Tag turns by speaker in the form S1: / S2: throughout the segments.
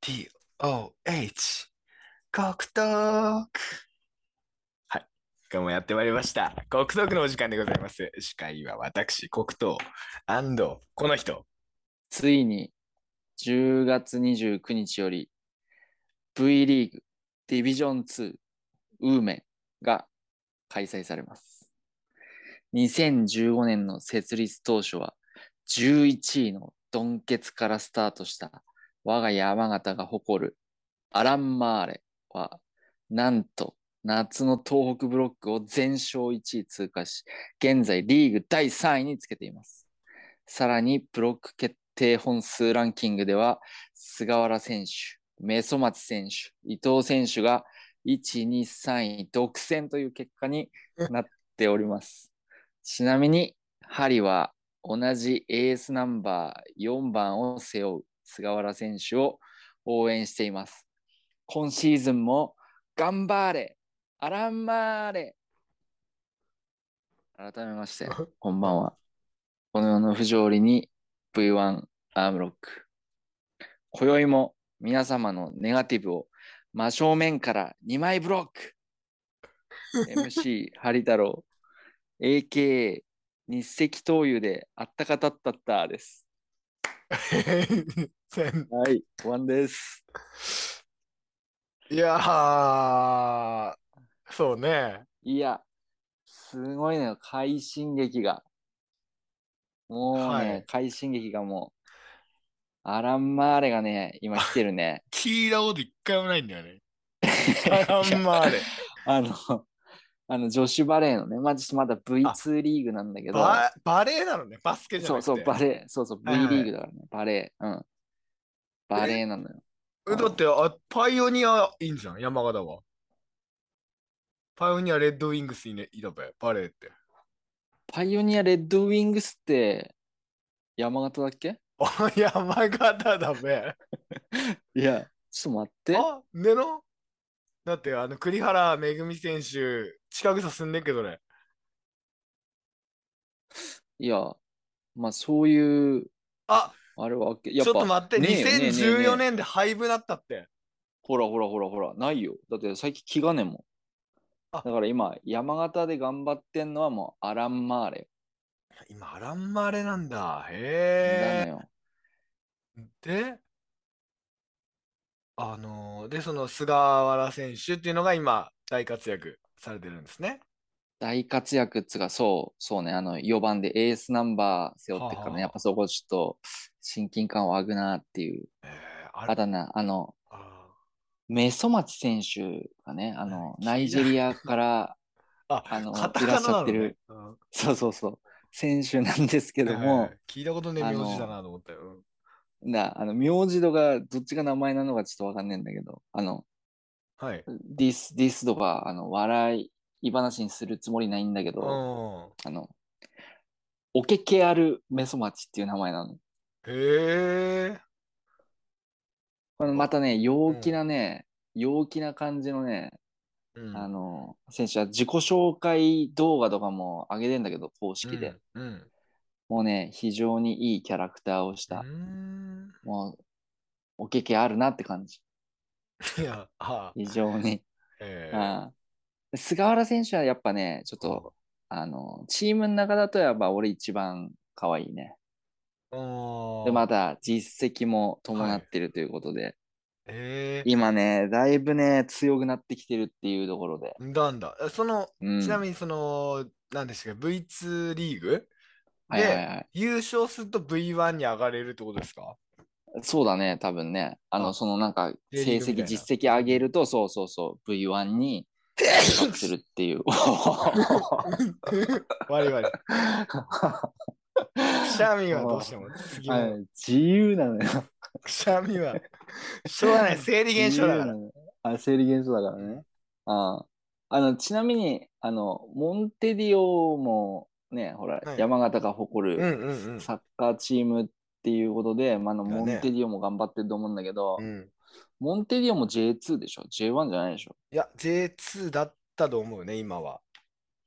S1: K-O-K-U-T-O-H。黒糖
S2: 今日もやってまいりました。黒糖のお時間でございます。司会は私、黒糖この人。
S3: ついに10月29日より V リーグディビジョン2ウーメンが開催されます。2015年の設立当初は11位のドンケツからスタートした我が山形が誇るアラン・マーレはなんと夏の東北ブロックを全勝1位通過し現在リーグ第3位につけていますさらにブロック決定本数ランキングでは菅原選手メソマチ選手伊藤選手が123位独占という結果になっておりますちなみにハリは同じエースナンバー4番を背負う菅原選手を応援しています。今シーズンも頑張れアランマーレ改めまして、こんばんは。この世の不条理に V1 アームロック。今宵も皆様のネガティブを真正面から2枚ブロック MC ハリ太郎 AKA 日赤東油であったかたったったです。はい、ワンです。
S2: いやそうね。
S3: いや、すごいね、快進撃が。もうね、はい、快進撃がもう、アラン・マーレがね、今来てる ね。
S2: 聞いたこと一回もないんだよ ね。アラン・マ ーレ。
S3: あの、 あの女子バレーのね、まあ、まだ V2 リーグなんだけど。
S2: ババレーなのね、バスケじゃ
S3: なくてそうそう、バレー、そうそう、V リーグだからね、バレー。うん。バレーなのよ。
S2: えだってあ、パイオニアいいんじゃん、山形は。パイオニアレッドウィングスいね、いだべ、バレーって。
S3: パイオニアレッドウィングスって、山形だっけ
S2: 山形だべ。
S3: いや、ちょっと待って。
S2: あ、ねのだって、あの、栗原めぐみ選手、近くさすんねんけどね。
S3: いや、まあ、そういう、
S2: あ
S3: あれは、
S2: やっぱちょっと待って、ねえ2014年で廃部だったって。
S3: ほらほらほらほら、ないよ。だって最近気がねも。だから今、山形で頑張ってんのはもうアランマーレ。
S2: 今、アランマーレなんだ。へえ。で、あのー、で、その菅原選手っていうのが今、大活躍されてるんですね。
S3: 大活躍っつが、そう、そうね、あの、4番でエースナンバー背負ってからね、はあはあ、やっぱそこちょっと、親近感をあぐなっていう。えー、ああだな、あの、あメソマチ選手がね、あの、ナイジェリアから、
S2: あ
S3: あの、
S2: のね、
S3: いらっしゃってる、うん、そうそうそう、選手なんですけども。
S2: えー、聞いたことねえ名字だなと思ったよ。うん
S3: な、あの、名字とか、どっちが名前なのかちょっとわかんないんだけど、あの、
S2: はい。
S3: ディス、ディスとか、あの、笑い話にするつもりないんだけど、あの、おけけあるメソマチっていう名前なの。
S2: へえ。
S3: このまたね、陽気なね、うん、陽気な感じのね、うん、あの、選手は自己紹介動画とかも上げてんだけど、公式で。
S2: うん、うん
S3: もうね、非常にいいキャラクターをした。もう、おけけあるなって感じ。
S2: いや、はあ、
S3: 非常に、
S2: えーあ
S3: あ、菅原選手はやっぱね、ちょっと、あの、チームの中だとやっぱ俺一番可愛いね。で、また実績も伴ってるということで、はい
S2: え
S3: ー、今ね、だいぶね、強くなってきてるっていうところで。
S2: なんだ。その、うん、ちなみにその、なんですか、V2 リーグで、はいはいはい、優勝すると V1 に上がれるってことですか
S3: そうだね、多分ね。あの、そのなんか、成績、実績上げると、そうそうそう、V1 に合格するっていう。
S2: 我々シャミはどうしても
S3: 次も自由なのよ。
S2: シャミは、しょうがない、生理現象だから。
S3: あ生理現象だからね。ああのちなみにあの、モンテディオもね、ほら、はい、山形が誇るサッカーチームっていうことで、うんうんうん、まあ、のモンテディオも頑張ってると思うんだけど、
S2: ねうん、
S3: モンテディオも J2 でしょ ?J1 じゃないでしょ
S2: いや、J2 だったと思うね、今は。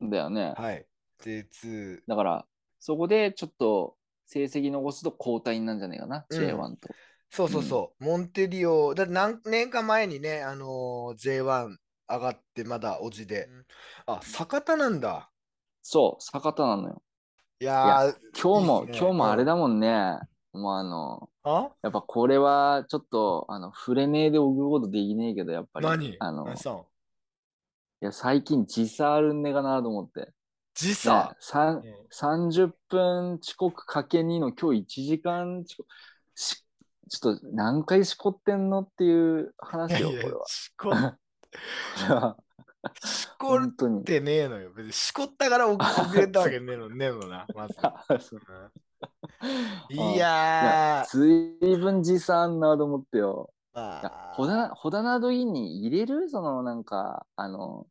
S3: だよね。
S2: はい。J2。
S3: だから、そこでちょっと成績残すと交代になるんじゃないかな、
S2: うん
S3: J1 と。
S2: そうそうそう、モンテディオ、だって何年か前にね、あのー J1 上がって、まだおじで。あ、坂田なんだ。
S3: そう、坂田なのよ。
S2: いやー、
S3: 今日も、
S2: いいっすね
S3: 今日もあれだもんね。もうあの、
S2: あ
S3: やっぱこれはちょっと、あの、触れねえでおぐことできねえけど、やっぱり。
S2: 何
S3: あの、い
S2: 何したの
S3: や、最近時差あるんねえかなと思って。
S2: 時
S3: さ
S2: 差、
S3: 三30分遅刻かけ2の今日1時間遅刻しちょっと何回しこってんのっていう
S2: いや
S3: 話よ、
S2: い
S3: こ
S2: や
S3: れは、
S2: しこっ
S3: じゃあ。
S2: しこっ
S3: 本当に。
S2: てねえのよ。別にしこったから遅遅れたわけねえの、ねえのな、まず。いやー、
S3: ずいぶん時差あんなと思ってよ。いや
S2: まあ
S3: ホダホダナドインに入れるそのなんか、あの、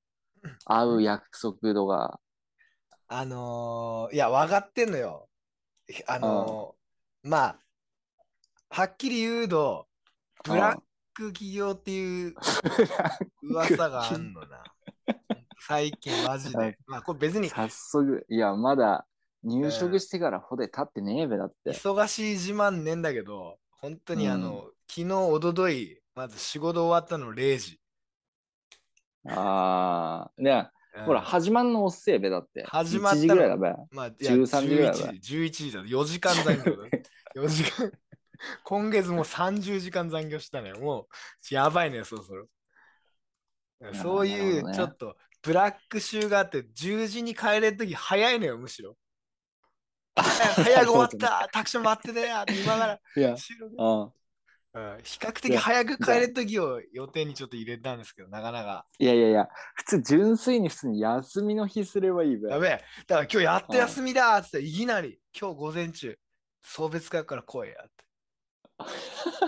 S3: 会う約束とか。
S2: あのー、いや、分かってんのよ。あのー、まあ、はっきり言うと、ブラック企業っていう
S3: うん
S2: 噂があんの な。最近マジ
S3: はい
S2: で。まあ、これ別に
S3: 早速、いや、まだ入職してからホデ立ってねえべだって。
S2: 忙しい自慢ねんだけど、本当にあの、昨日、おととい、まず仕事終わったの0時。
S3: ああ。ね、
S2: うん
S3: ほら、始まんのおっせえべだって。
S2: 始まった
S3: 1
S2: の
S3: 時ぐらいだべ。
S2: まあ、い
S3: 13時ぐらいだ
S2: 11時、11時だ。4時間残業だ。4時 間。今月もう30時間残業したね。もう、やばいね、そろそろ。
S3: や
S2: そうい
S3: なるほど
S2: う、
S3: ね
S2: ちょっと、ブラック週があって、10時に帰れるとき早いのよ、むしろ。 早く早く終わった、タクション待ってねや、今から
S3: いや、
S2: 収録
S3: うん。
S2: うん比較的早く帰れるときを予定にちょっと入れたんですけど、なかなか。
S3: いやいやいや、普通、純粋に普通に休みの日すればいいべ。
S2: やべえ、だから今日やっと休みだーっつって、いきなり、今日午前中、送別会から来いや っ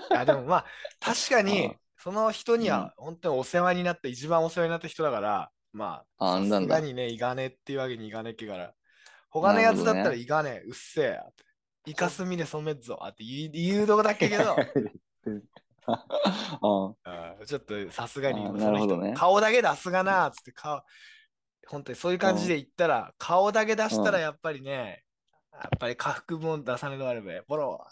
S2: て。いや、でもまあ、確か
S3: う
S2: に
S3: ん、
S2: その人には本当にお世話になった、一番お世話になった人だから、まあ、
S3: あなんだ
S2: さすがにね、いかねえっていうわけにいかねえけから、他のやつだった
S3: な
S2: ら
S3: るほど
S2: いかねえ、うっせえやって。イカスミで染めっぞって言う言うとこだけけ ど、
S3: うん
S2: うんちょっとさすがに
S3: あー
S2: その
S3: なるほ
S2: 人
S3: どね
S2: 顔だけ出すがなーっつって顔本当にそういう感じで言ったら顔だけ出したらやっぱりねやっぱり下腹も出さねえとあればボロ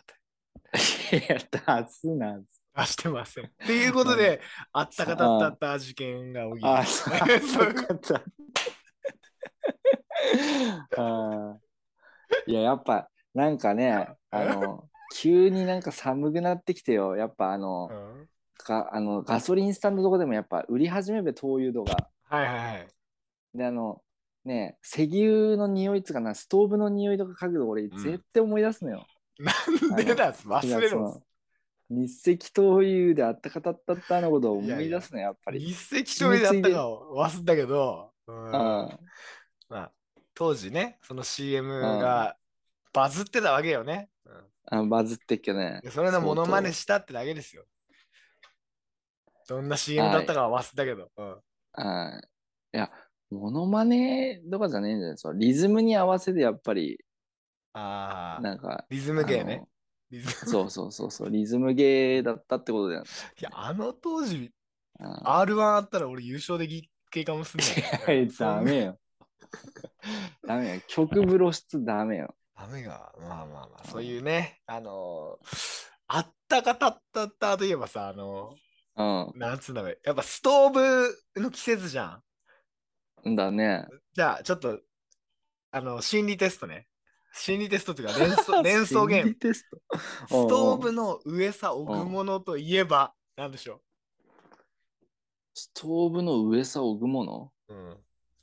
S2: ーって
S3: いや、出すな。
S2: 出してませんっていうことであったかたったった事件が起き
S3: あ、
S2: まし
S3: そ
S2: た
S3: うか った。あーいや、やっぱ、なんか ね、あの、急になんか寒くなってきてよ。やっぱ、あの
S2: う、ん
S3: かあのガソリンスタンドとかでもやっぱ売り始めべ、灯油とか。
S2: はいはいはい
S3: で、あの、ね、石油の匂いつかな、ストーブの匂いとか嗅ぐと俺、
S2: ん
S3: 絶対思い出すのよ。
S2: なんでだ忘れろ
S3: その日赤灯油であったかたったったのことを思い出すね、やっぱり。
S2: 一石一鳥だったかを忘れたけどうん
S3: うん
S2: まあ当時ねその CM がバズってたわけよねうん
S3: あバズってっけどね。
S2: でそれのモノマネしたってだけですよ。どんな CM だったかは忘れたけど。うん
S3: あいや、モノマネとかじゃねえんじゃないそのリズムに合わせてやっぱり、
S2: ああ、
S3: なんか。
S2: リズム芸ね。リズ
S3: あ
S2: ム
S3: の。そうそうそうそう、リズム芸だったってことだよね。
S2: いや、あの当時、
S3: あ
S2: R1 あったら俺優勝でき系かもし
S3: い
S2: れ
S3: や
S2: ない。
S3: ダメよ。ダメよ。曲ブ露出ダメよ。
S2: ダメが、まあまあまあ、そういうね、あのーあったかたったったといえばさ、あの
S3: う
S2: ーなんつうんだろう、やっぱストーブの季節じゃん。
S3: ん。だね。
S2: じゃあ、ちょっと、あの、心理テストね。心理テストっていうか、連 想連想ゲーム
S3: 心理。テスト。
S2: ストーブの上さ置くものといえば何でしょ
S3: ストーブの上さ置くもの
S2: う、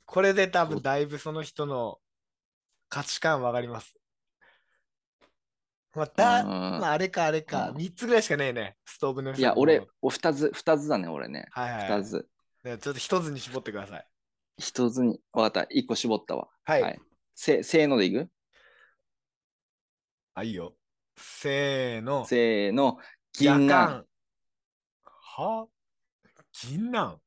S2: これで多分だいぶその人の価値観わかります。まあ、だ、
S3: うん
S2: まあ、あれかあれか、
S3: うん
S2: 3つぐらいしかねえね、ストーブの上
S3: い
S2: さ
S3: や、
S2: 置くもの
S3: 俺、お二つ、二つだね、俺ね。
S2: はいはい、は
S3: 二
S2: い。
S3: つ。
S2: ねちょっと一つに絞ってください。
S3: 一つに、わかった、一個絞ったわ。
S2: はい。
S3: はいせ、せーのでいく
S2: あ、いいよ。せーの。
S3: せーの、
S2: 夜
S3: 銀杏。
S2: 間は銀杏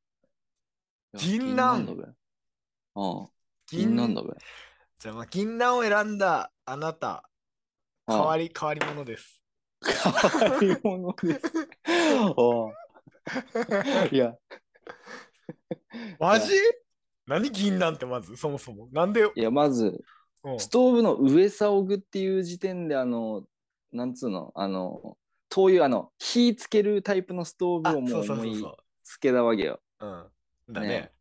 S2: 銀杏
S3: だべ。うん。
S2: 銀
S3: 銀杏だべ。
S2: じゃあ、まあ、銀杏を選んだあなた、
S3: うん
S2: 変わり、変わり者です。
S3: 変わり者です。お いや、
S2: マジ何銀杏ってまず、そもそも。なんで
S3: いや、まず、
S2: うん
S3: ストーブの上さおぐっていう時点で、あの、なんつうの、あの、灯油、あの、火つけるタイプのストー
S2: あ
S3: ブをも
S2: そううそう
S3: 思
S2: そう
S3: い
S2: そ
S3: つけたわけよ。
S2: う。うん。だ
S3: ね
S2: ね。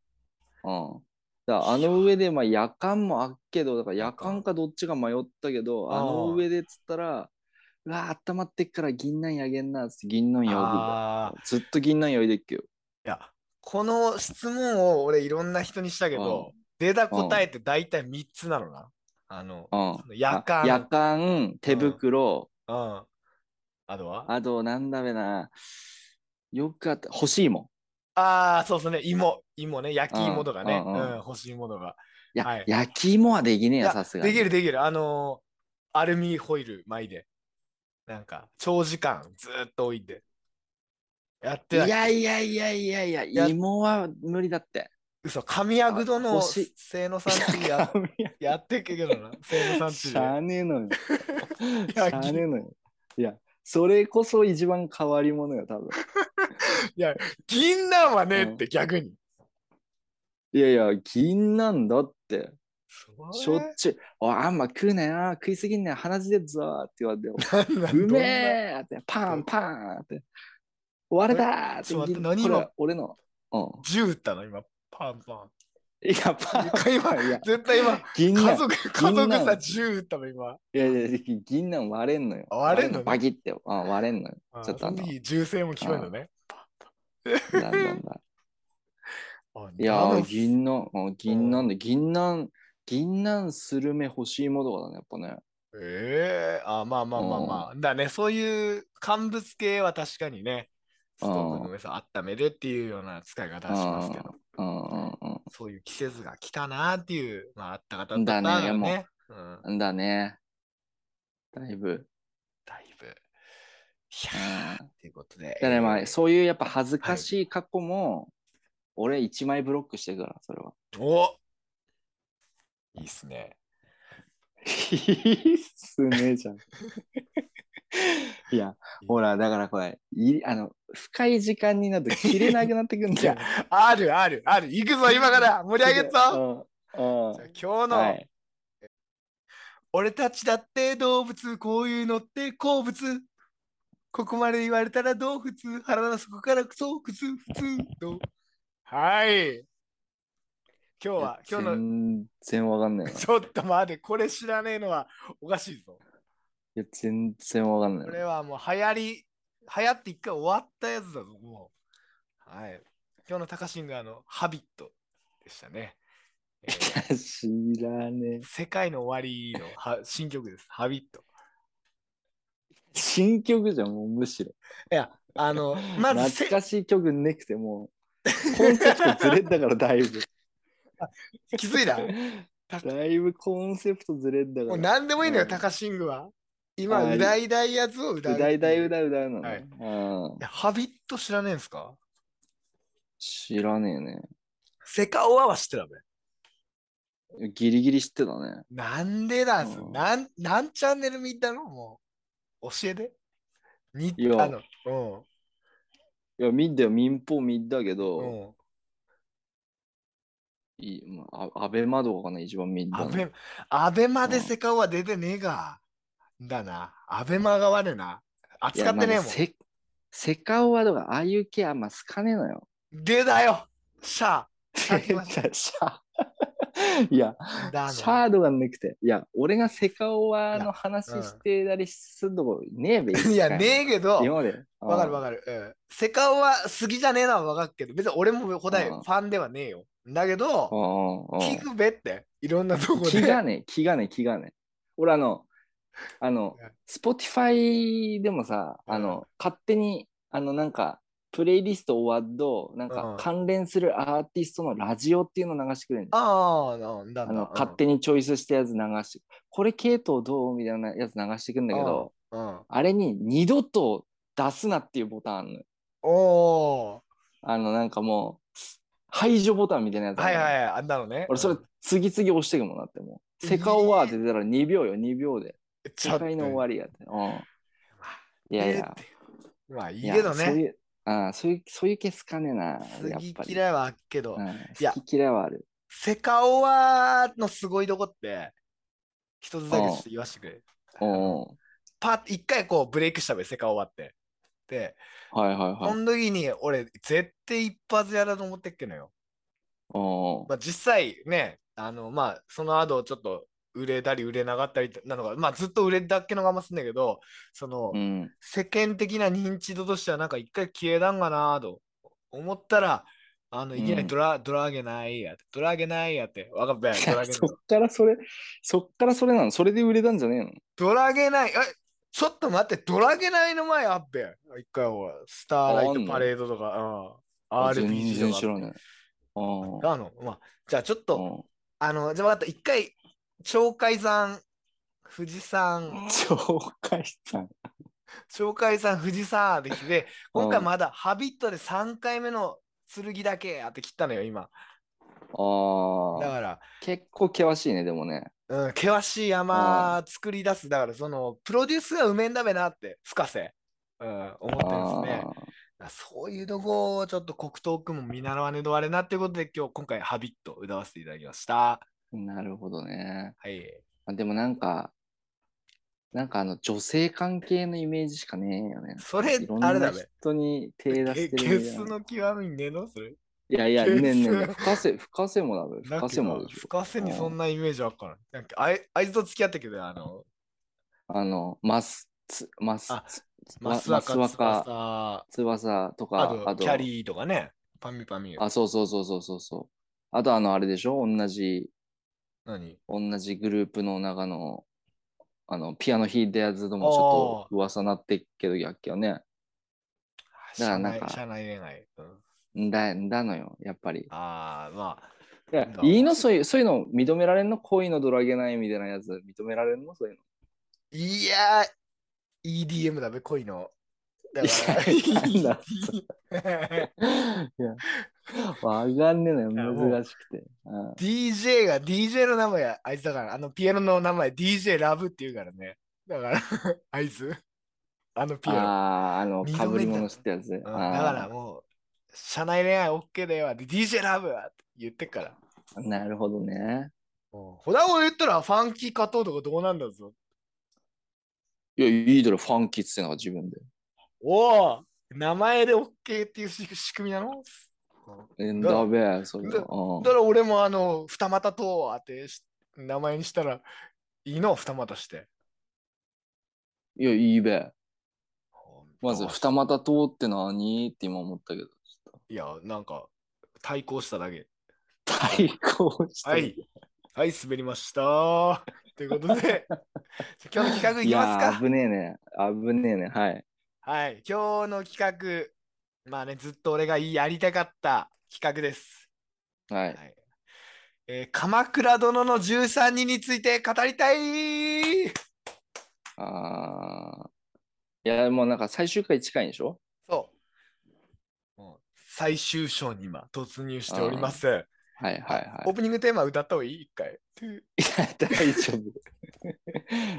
S3: うん。だからあの上で、まあ、夜間もあっけど、だから夜間
S2: 夜間
S3: かどっちが迷ったけど、あ
S2: あ
S3: の
S2: ー
S3: 上でっつったら、うわー、温まってっから銀杏やげんなっつって銀杏やぐわ。
S2: ああ。
S3: ずっと銀杏やいでっけよ。
S2: いや、この質問を俺いろんな人にしたけど、出た答えって大体3つなのな。あの、
S3: うん。
S2: 夜間。
S3: あ夜間、手袋、
S2: うん。あとは
S3: あとなんだべな、よくあった、欲しいもん。
S2: ああ、そうそうね。芋。芋ね。焼き芋とかね。
S3: うんうんうん
S2: うん。欲しいものが。
S3: いや、
S2: はい
S3: 焼き芋はできねえ
S2: い
S3: や、
S2: や
S3: さすがに。
S2: できるできる。あのーアルミホイル巻いて。なんか、長時間ずーっと置いて。やっ
S3: い
S2: てない。
S3: やいやいやいやいや、
S2: や
S3: 芋は無理だって。
S2: 嘘、神谷戸
S3: あ
S2: の
S3: 欲しい
S2: 清野さんち ややってっけどな。清野さんち
S3: し
S2: で。
S3: ゃあねえ のよ。
S2: い
S3: しゃ
S2: や
S3: あねえのよ。いや、それこそ一番変わり者よ、多分。
S2: 銀杏はねえって逆に。
S3: いやいや、銀なんだって。し
S2: そ
S3: ょ
S2: れ
S3: っちゅう、おいあんま食うなよ、食いすぎんなよ、鼻血出るぞって言われて、
S2: なんだ
S3: うめ
S2: え
S3: えって、パンパンって。終われだーって
S2: ちょっと待って
S3: 銀
S2: 何
S3: これ
S2: 今
S3: は俺の。うん。
S2: 銃撃ったの今、パンパ ン。
S3: いや、パン
S2: 今
S3: パン。いや、
S2: 絶対今、
S3: 銀
S2: 家
S3: 杏。
S2: 族、家
S3: 銀
S2: 族
S3: 杏
S2: さ、銃撃ったの今。
S3: いやいや、銀杏割れんのよ。
S2: あ割れんのね
S3: バキって、うん割れんのよ。
S2: あー
S3: ちょっとあ
S2: そ
S3: の
S2: の時、銃声も聞こえるのね。
S3: なんだな んだ。
S2: あ
S3: いや
S2: な
S3: ー、
S2: る
S3: 銀杏、うん銀杏で、銀杏、銀杏スルメ欲しいものとかだね、やっ
S2: ええあ、まあまあまあまあ。だね、そういう乾物系は確かにね、ストーブの上さ、温めるっていうような使い方はしますけど、
S3: ぱね。うんうん
S2: そういう季節が来たなっていう、まあ、あったかだったな
S3: だね
S2: がね。うん、
S3: うん。だね。だいぶ。
S2: だいぶ。い
S3: うん
S2: やー、ということで。
S3: だからま
S2: え
S3: あ、
S2: ー
S3: そういうやっぱ恥ずかしい過去も、俺一枚ブロックしてるから、それは。
S2: おいいっすね。
S3: いいっすねじゃん。いや、ほら、だからこれ、いあの、深い時間になると切れなくなってくんだよ。
S2: あるあるある。行くぞ、今 から盛り上げるぞ。
S3: うん。うん
S2: じゃあ今日の、
S3: はい。
S2: 俺たちだって動物こういうのって好物ここまで言われたらどう普通腹の底からクソ普通普通とはい今日は今日の
S3: 全然わかん ないな。い
S2: ちょっと待ってこれ知らねえのはおかしいぞ
S3: や、全然わかんない
S2: こ
S3: な。
S2: れはもう流行り流行って一回終わったやつだぞもうはい今日の高シンガーの「ハビット」でしたね、えー
S3: 知らねえ。
S2: 世界の終わりの は新曲です「ハビット」
S3: 新曲じゃん、もうむしろ。
S2: いやあ のまずせ
S3: 懐かしい曲なくてもう、コンセプトずれたから、だいぶ。
S2: 気づいた
S3: だいぶコンセプトずれた
S2: も
S3: か
S2: う
S3: ら。
S2: 何でもいいの
S3: う
S2: よ、
S3: ん
S2: タカシングは。今、
S3: はいう
S2: だいだいやつをうだ
S3: うだいだい
S2: いう
S3: だうだうなの
S2: はい
S3: ね、うん。
S2: やハビット知らねえんすか
S3: 知らねえね。
S2: セカオワは知ってたべ。
S3: ギリギリ知ってたね。
S2: なんでだんす
S3: うん
S2: なん、なんチャンネル見たのもう、教えて。に
S3: いや
S2: あの、うん
S3: いや、見てよ、民放見たけど、
S2: うん。
S3: いいまあ、あアベマとかかな、一番見た
S2: ア
S3: の。
S2: ベ、アベマで
S3: うん
S2: セカオワ出てねえが。だな。アベマが悪いな。
S3: いや
S2: 扱ってねえ
S3: まあ
S2: もん。
S3: セセカオワとか、ああいう系あんま好かねえのよ。
S2: 出だよシャ
S3: シ
S2: ーシ
S3: ャー。 いや、
S2: ーだ
S3: シ
S2: な
S3: ャードがなくて。いや、俺がセカオワの話
S2: いやうん
S3: してたりするとこねえべ。
S2: いや、ねえけど。
S3: 今まで。
S2: わかるわ
S3: か
S2: かる。うん。セカオは好きじゃねえのはわかるけど、別に俺も古代
S3: う
S2: フ
S3: ん
S2: ァンではねえよ。だけど、
S3: る
S2: 聞くべって、いろんなとこ
S3: 気
S2: で。
S3: がね、気がね、気がね。俺あの、あの
S2: うん、
S3: スポティファイでもさ、あの、勝手に、あの、なんか、プレイリスト終わっと、なん
S2: う
S3: か
S2: ん、
S3: 関連するアーティストのラジオっていうの流してくれるんだよ
S2: ああ、なんだ
S3: あ
S2: なんだ。
S3: の、勝手にチョイスしたやつ流して、これ系統どうみたいなやつ流してくんだけど、
S2: うん。うん。
S3: あれに二度と出すなっていうボタンあんのよ。
S2: おお
S3: あの、なんかもう、排除ボタンみたいなやつ
S2: ー。
S3: ある
S2: はい
S3: のよ
S2: はいはい、あんなのね。
S3: 俺それ
S2: うん、
S3: 次々押していくもんなってもう。
S2: えー
S3: セカオワーって出たら2秒よ、2秒で。
S2: ちょ
S3: 世
S2: っと
S3: 界の終わりやって。うん。いやいや。
S2: まあいい
S3: いや
S2: けど
S3: そう
S2: ね。
S3: いう、ああそういう、そういうケースかねえな。やっぱ
S2: 好き
S3: り。
S2: 嫌いはあっけど
S3: う、ん
S2: いや
S3: 好き嫌いはある。
S2: セカオワのすごいとこって、一つだけちょっと言わせてくれ。
S3: おう
S2: パッ一回こうブレイクしたべ、セカ終わって。で、
S3: はいはい
S2: こ
S3: はい。
S2: の時に俺、絶対一発やらと思ってっけのよ。
S3: おう
S2: まあ、実際ね、あの、まあ、その後ちょっと売れたり売れなかったりなのが、まあ、ずっと売れたっけのがますんだけど、その、
S3: うん。
S2: 世間的な認知度としてはなんか一回消えたんかなと思ったら、あの、いきな
S3: う
S2: り
S3: ん
S2: ドラ、ドラ上げないやって、ドラ上げないやって、わかったよ、ドラ上げない
S3: そっからそれ、そっからそれなの。それで売れたんじゃねえの
S2: ドラゲない、え、ちょっと待って、ドラゲないの前あっべ。一回ほら、スターライトパレードとか、うん、
S3: 全
S2: RPG
S3: 然
S2: とか
S3: 知らな
S2: あ
S3: い。あ
S2: っ
S3: ー
S2: た。あの、まあ、じゃあちょっ
S3: あ
S2: と、あの、じゃあ分かった、一回、鳥海山、富士山、
S3: ー。鳥海さん。
S2: 鳥海山、富士山で来て、今回
S3: うん
S2: まだハビットで3回目の剣だけやって切ったのよ、今。だ
S3: ああ。
S2: から、
S3: 結構険しいね、でもね。
S2: うん、険しい山作り出す。だから、その、プロデュースがうめんだべなって、深瀬、うん、思ってますね。
S3: あー
S2: あそういうとこをちょっと黒糖君も見習わねどあれなっていうことで今日今回ハビット歌わせていただきました。
S3: なるほどね。
S2: はい。
S3: まあでもなんか、なんかあの女性関係のイメージしかねえよね。
S2: それ
S3: いろん
S2: あれだ
S3: な
S2: べ。
S3: 人に手出
S2: え
S3: して
S2: ゲ
S3: るみたい
S2: ス
S3: な。
S2: の極みねえのそれ。
S3: いやいや、
S2: ゲス
S3: ねんねんね。深瀬、深瀬もだべ。
S2: なんか
S3: 深瀬もでしょ。
S2: 深瀬にそんなイメージあっから。なんかあいあいつと付き合ったけど、あの、
S3: あの、マス、つマス
S2: あ、
S3: つわ
S2: マスワカ、
S3: マ
S2: ツ
S3: スワカ
S2: カ、
S3: 翼と
S2: あ
S3: か、
S2: とキャリーとかね。パミュパミュ。
S3: あ、そうそうそうそうそうそう。あとあの、あれでしょ同じ、
S2: 何
S3: 同じグループの中の、あの、ピアノ弾いたやつともちょっと噂なってっけど、やっけよね。だから
S2: 社
S3: なん
S2: 内
S3: か
S2: 社内恋愛。うん
S3: んだ、だのよ、やっぱり。
S2: ああ、まあ。
S3: いや
S2: なんだ、ろう
S3: いいのそういう、そういうの認められんの恋のドラゲないみたいなやつ認められんのそういうの。
S2: いやー、EDM だべ、恋の。だから
S3: いやなんだ いや、わかんねえの
S2: や
S3: よ、
S2: もう
S3: 難しくて。うん
S2: DJ が DJ の名前あいつだからあのピアノの名前 DJ ラブって言うからねだから あいつあのピアノ
S3: ああ、あの、
S2: 認め
S3: かぶり
S2: た
S3: 物してやつ。
S2: うん
S3: あー
S2: だからもう社内恋愛 OK だよって DJ ラブって言ってっから
S3: なるほどね。
S2: ほだを言ったらファンキー加藤とかどうなんだぞ
S3: いや、いいドラ、ファンキーっつってんのが自分で。
S2: おお名前で OK っていうし仕組みなの
S3: えん
S2: だ
S3: だべえ、それ
S2: だ
S3: は。うん
S2: だから俺もあの二股とあてし名前にしたらいいの二股して
S3: いや、いいべえ。まず、二股党って何って今思ったけど。ちょっと
S2: いやなんか対抗しただけ
S3: 対抗して。
S2: はい。はい、滑りました。ということ で、今日の企画い
S3: い
S2: きます
S3: やー、
S2: か。
S3: 危ねえね。危ねえね。はい。
S2: はい、今日の企画、まあね、ずっと俺がやりたかった企画です。
S3: はい。
S2: はいえー鎌倉殿の13人について語りたい
S3: ああ。いや、もうなんか最終回近いんでしょ
S2: そう。もう最終章に今、突入しております。
S3: はいはい
S2: オ
S3: は
S2: ープニングテーマ歌った方がいい一回。
S3: い。いや、大丈 夫。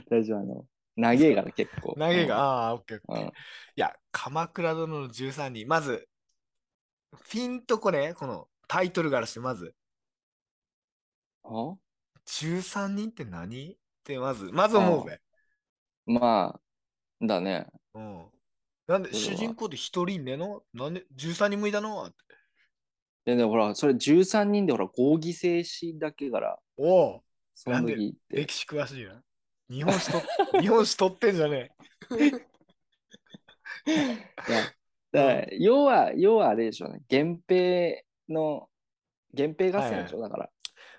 S3: 大丈夫、あの、長えから結構。
S2: 投げが、ああー、オッケーオッケー
S3: うん。うん。
S2: いや、鎌倉殿の13人、まず、ピンとこね、このタイトルからして、まず、
S3: あ
S2: 13人って何って、まず、まず思うべ。
S3: まあ、だね。
S2: うん。なんで、
S3: それは
S2: 主人公で一人いんねのなんで、13人もいたのって
S3: で、でもほら、それ13人でほら、合議制止だけから、
S2: おお、
S3: その時って。
S2: 歴史詳しいな。日本史と、 日本史取ってんじゃね
S3: いや、だから要は、要はあれでしょうね。源平の、源平合戦でしょ、だから。
S2: え。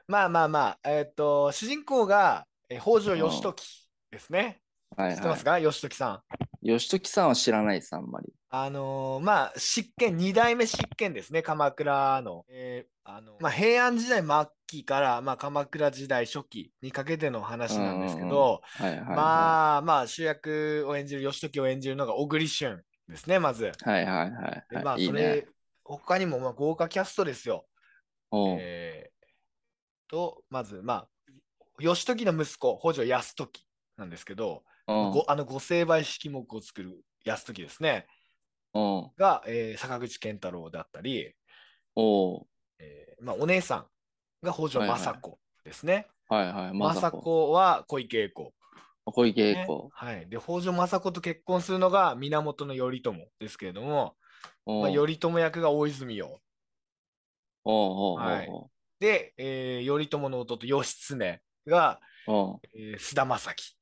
S2: まあまあまあ、えーっと、主人公が、えー北条義時ですね。
S3: はい
S2: 知ってま
S3: は
S2: すか義時さん。
S3: い。義時さんは知らないです、あんまり。
S2: あのーまあ、執権、二代目執権ですね、鎌倉の。えーあのまあ、平安時代末期から、まあ、鎌倉時代初期にかけての話なんですけ
S3: うんうんうん
S2: ど、
S3: はいはい、はい。
S2: まあ、まあ、主役を演じる、義時を演じるのが小栗旬ですね、まず。
S3: はいはいはい、
S2: で
S3: はい。
S2: まあ、
S3: いい
S2: それ、
S3: ね。
S2: 他にも、まあ、豪華キャストですよ。
S3: おう
S2: えーと、まず、まあ、義時の息子、北条泰時なんですけど、
S3: うん
S2: ごあの、御成敗式目を作る泰時ですね。
S3: うん。
S2: が、えー坂口健太郎だったり、
S3: おお、
S2: えーまあ、お姉さんが北条
S3: はいはい
S2: 政子ですね。
S3: はいはい。
S2: 政子は小池栄子。
S3: 小池栄
S2: ね
S3: 子。
S2: はい。で、北条政子と結婚するのが源頼朝ですけれども、
S3: お
S2: まあ、
S3: う
S2: 頼朝役が大泉洋。
S3: おうおうおう
S2: はいで、えー頼朝の弟義経が、
S3: おう
S2: えー菅田将暉。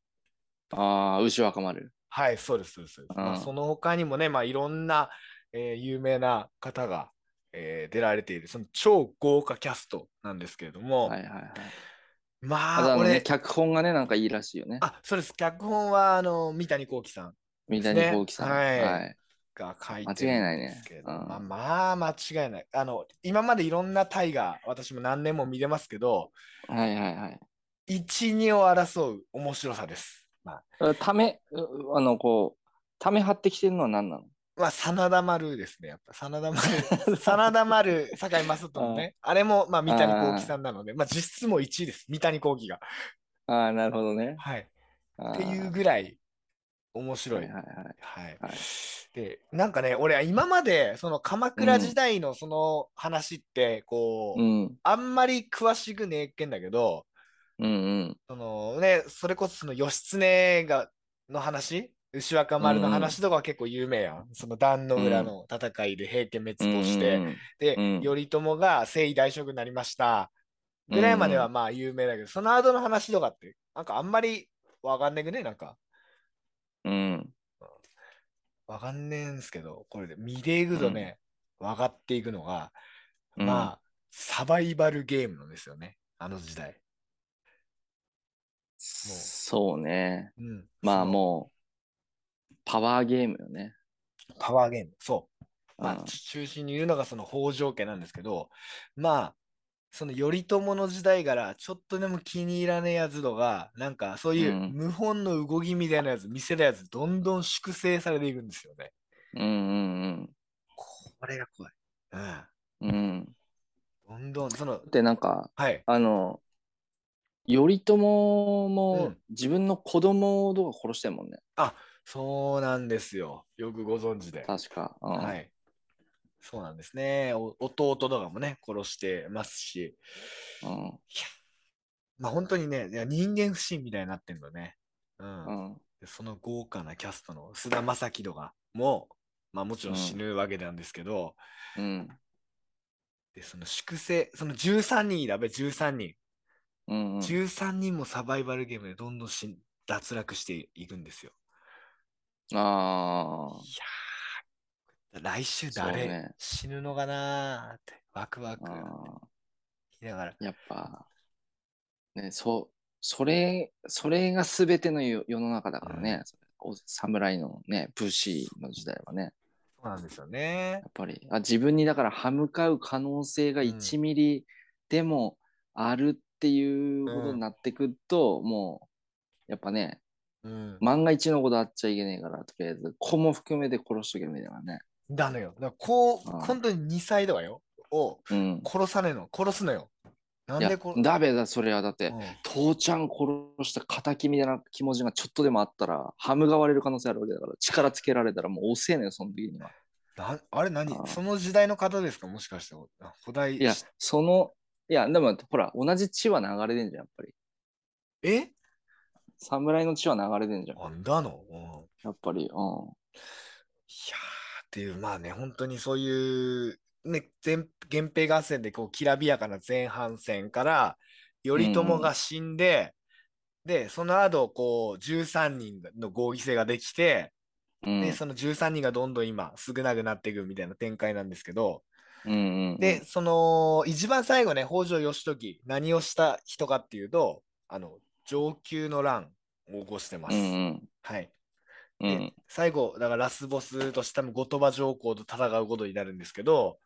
S3: ああ、牛若丸。
S2: はい、そうです、そうです。そうですまあ
S3: うん
S2: その他にもね、まあ、いろんな、えー有名な方が、えー出られている、その超豪華キャストなんですけれども、
S3: はいはいはい。あ
S2: ま
S3: と
S2: あ、
S3: あの
S2: 俺、
S3: ね、脚本がね、なんかいいらしいよね。
S2: あ、そうです、脚本は、あの、三谷幸喜さん
S3: 三谷幸喜さん。
S2: ですねはい
S3: はい。
S2: が書い
S3: 間
S2: てる
S3: 違いない
S2: ん
S3: ね
S2: ですけれど、
S3: うん
S2: まあ、まあ、間違いない。あの、今までいろんな大河、私も何年も見れますけど、
S3: はいはいはい。
S2: 1、2を争う面白さです。まあ、
S3: えため、うあの、こう、ため張ってきてるのは何なの
S2: まあ、真田丸ですね。やっぱ、真田 丸。真田丸、坂井正人のね。あれも、まあ、三谷幸喜さんなので、まあ、実質もう1位です。三谷幸喜が。
S3: ああ、なるほどね。
S2: はい。
S3: っ
S2: っていうぐらい、面白。
S3: はいいはいはい。
S2: はい。
S3: はい
S2: で、なんかね、俺、今まで、その、鎌
S3: う
S2: 倉
S3: ん
S2: 時代のその話って、こう、
S3: うん。
S2: あんまり詳しくねえっけんだけど、
S3: うんうん。
S2: そのね、それこそその義経がの話牛若丸の話とかは結構有名やん。その壇の浦の戦いで平家滅亡して、
S3: うんうんうん
S2: で、
S3: うん
S2: 頼朝が征夷大将軍になりました。ぐらいまではまあ有名だけど、その後の話とかって、なんかあんまりわかんねくね、なんか。
S3: うん。
S2: わかんねえんすけど、これで見ていくとね、わかっていくのが、
S3: うん
S2: まあ、サバイバルゲームなんですよね、あの時代。
S3: そうね。
S2: うん、
S3: まあ
S2: その
S3: もう、パワーゲームよね。
S2: パワーゲーム。そう。まあ、
S3: うん
S2: 中心にいるのがその北条家なんですけど、まあ、その頼朝の時代からちょっとでも気に入らねえやつとか、なんかそういう
S3: うん
S2: 無本の動きみたいなやつ、見せるやつ、どんどん粛清されていくんですよね。
S3: うんうん
S2: これが怖い。
S3: うん。うん。
S2: うん。どんどん、その、
S3: で、なんか、
S2: はい。
S3: あの、頼朝
S2: う
S3: も
S2: ん
S3: 自分の子供をどうか殺してんもんね。
S2: そうなんですよ。よくご存知で。
S3: 確か。うん
S2: はい。そうなんですね。お弟とかもね、殺してますし、
S3: うん
S2: まあ本当にね、いや人間不信みたいになってんだね。うん
S3: うん
S2: でその豪華なキャストの菅田将暉とかも、まあ、もちろん
S3: うん
S2: 死ぬわけなんですけど、
S3: うん
S2: でその粛清その13人いるべ13人、
S3: うんうん
S2: 13人もサバイバルゲームでどんどん死ん脱落していくんですよ
S3: あー
S2: 来週
S3: そう
S2: 誰、
S3: ね
S2: 死ぬのかなーってワクワク
S3: あ
S2: しながら
S3: ーやっぱねそうそれそれが全ての世世の中だからね、お侍のね武士の時代はね
S2: そうなんですよね
S3: やっぱりあ自分にだから歯向かう可能性が
S2: うん
S3: 1ミリでもあるっていうことになってくると、もうやっぱね
S2: うん
S3: 万が一のことあっちゃいけないからとりあえず子も含めて殺しとけみたいなね、
S2: だのよだからこう
S3: うん
S2: 本当に2歳とかよを
S3: うん、
S2: 殺さねえの殺すのよなんでこ
S3: いやダメだそれはだって、
S2: うん
S3: 父ちゃん殺した敵みたいな気持ちがちょっとでもあったら歯向かわれる可能性あるわけだから力つけられたらもう遅えのよその時には
S2: なんあれ何
S3: あー
S2: その時代の方ですかもしかしてあ古代
S3: いやそのいやでもほら同じ血は流れてんじゃんやっぱり
S2: え
S3: 侍の血は流れてんじゃん
S2: あんだの、うん、いやーっ
S3: やっぱりうん
S2: ていうまあね本当にそういうね前源平合戦でこうきらびやかな前半戦から頼朝が死んで、でその後こう13人の合議制ができて、
S3: うん
S2: でその13人がどんどん今少なくなっていくみたいな展開なんですけど、
S3: うんうんうん
S2: でその一番最後ね北条義時何をした人かっていうとあの上級の乱を起こしてま
S3: う
S2: す。
S3: ん
S2: はい
S3: うんうん
S2: 最後だからラスボスとしても後鳥羽上皇と戦うことになるんですけど、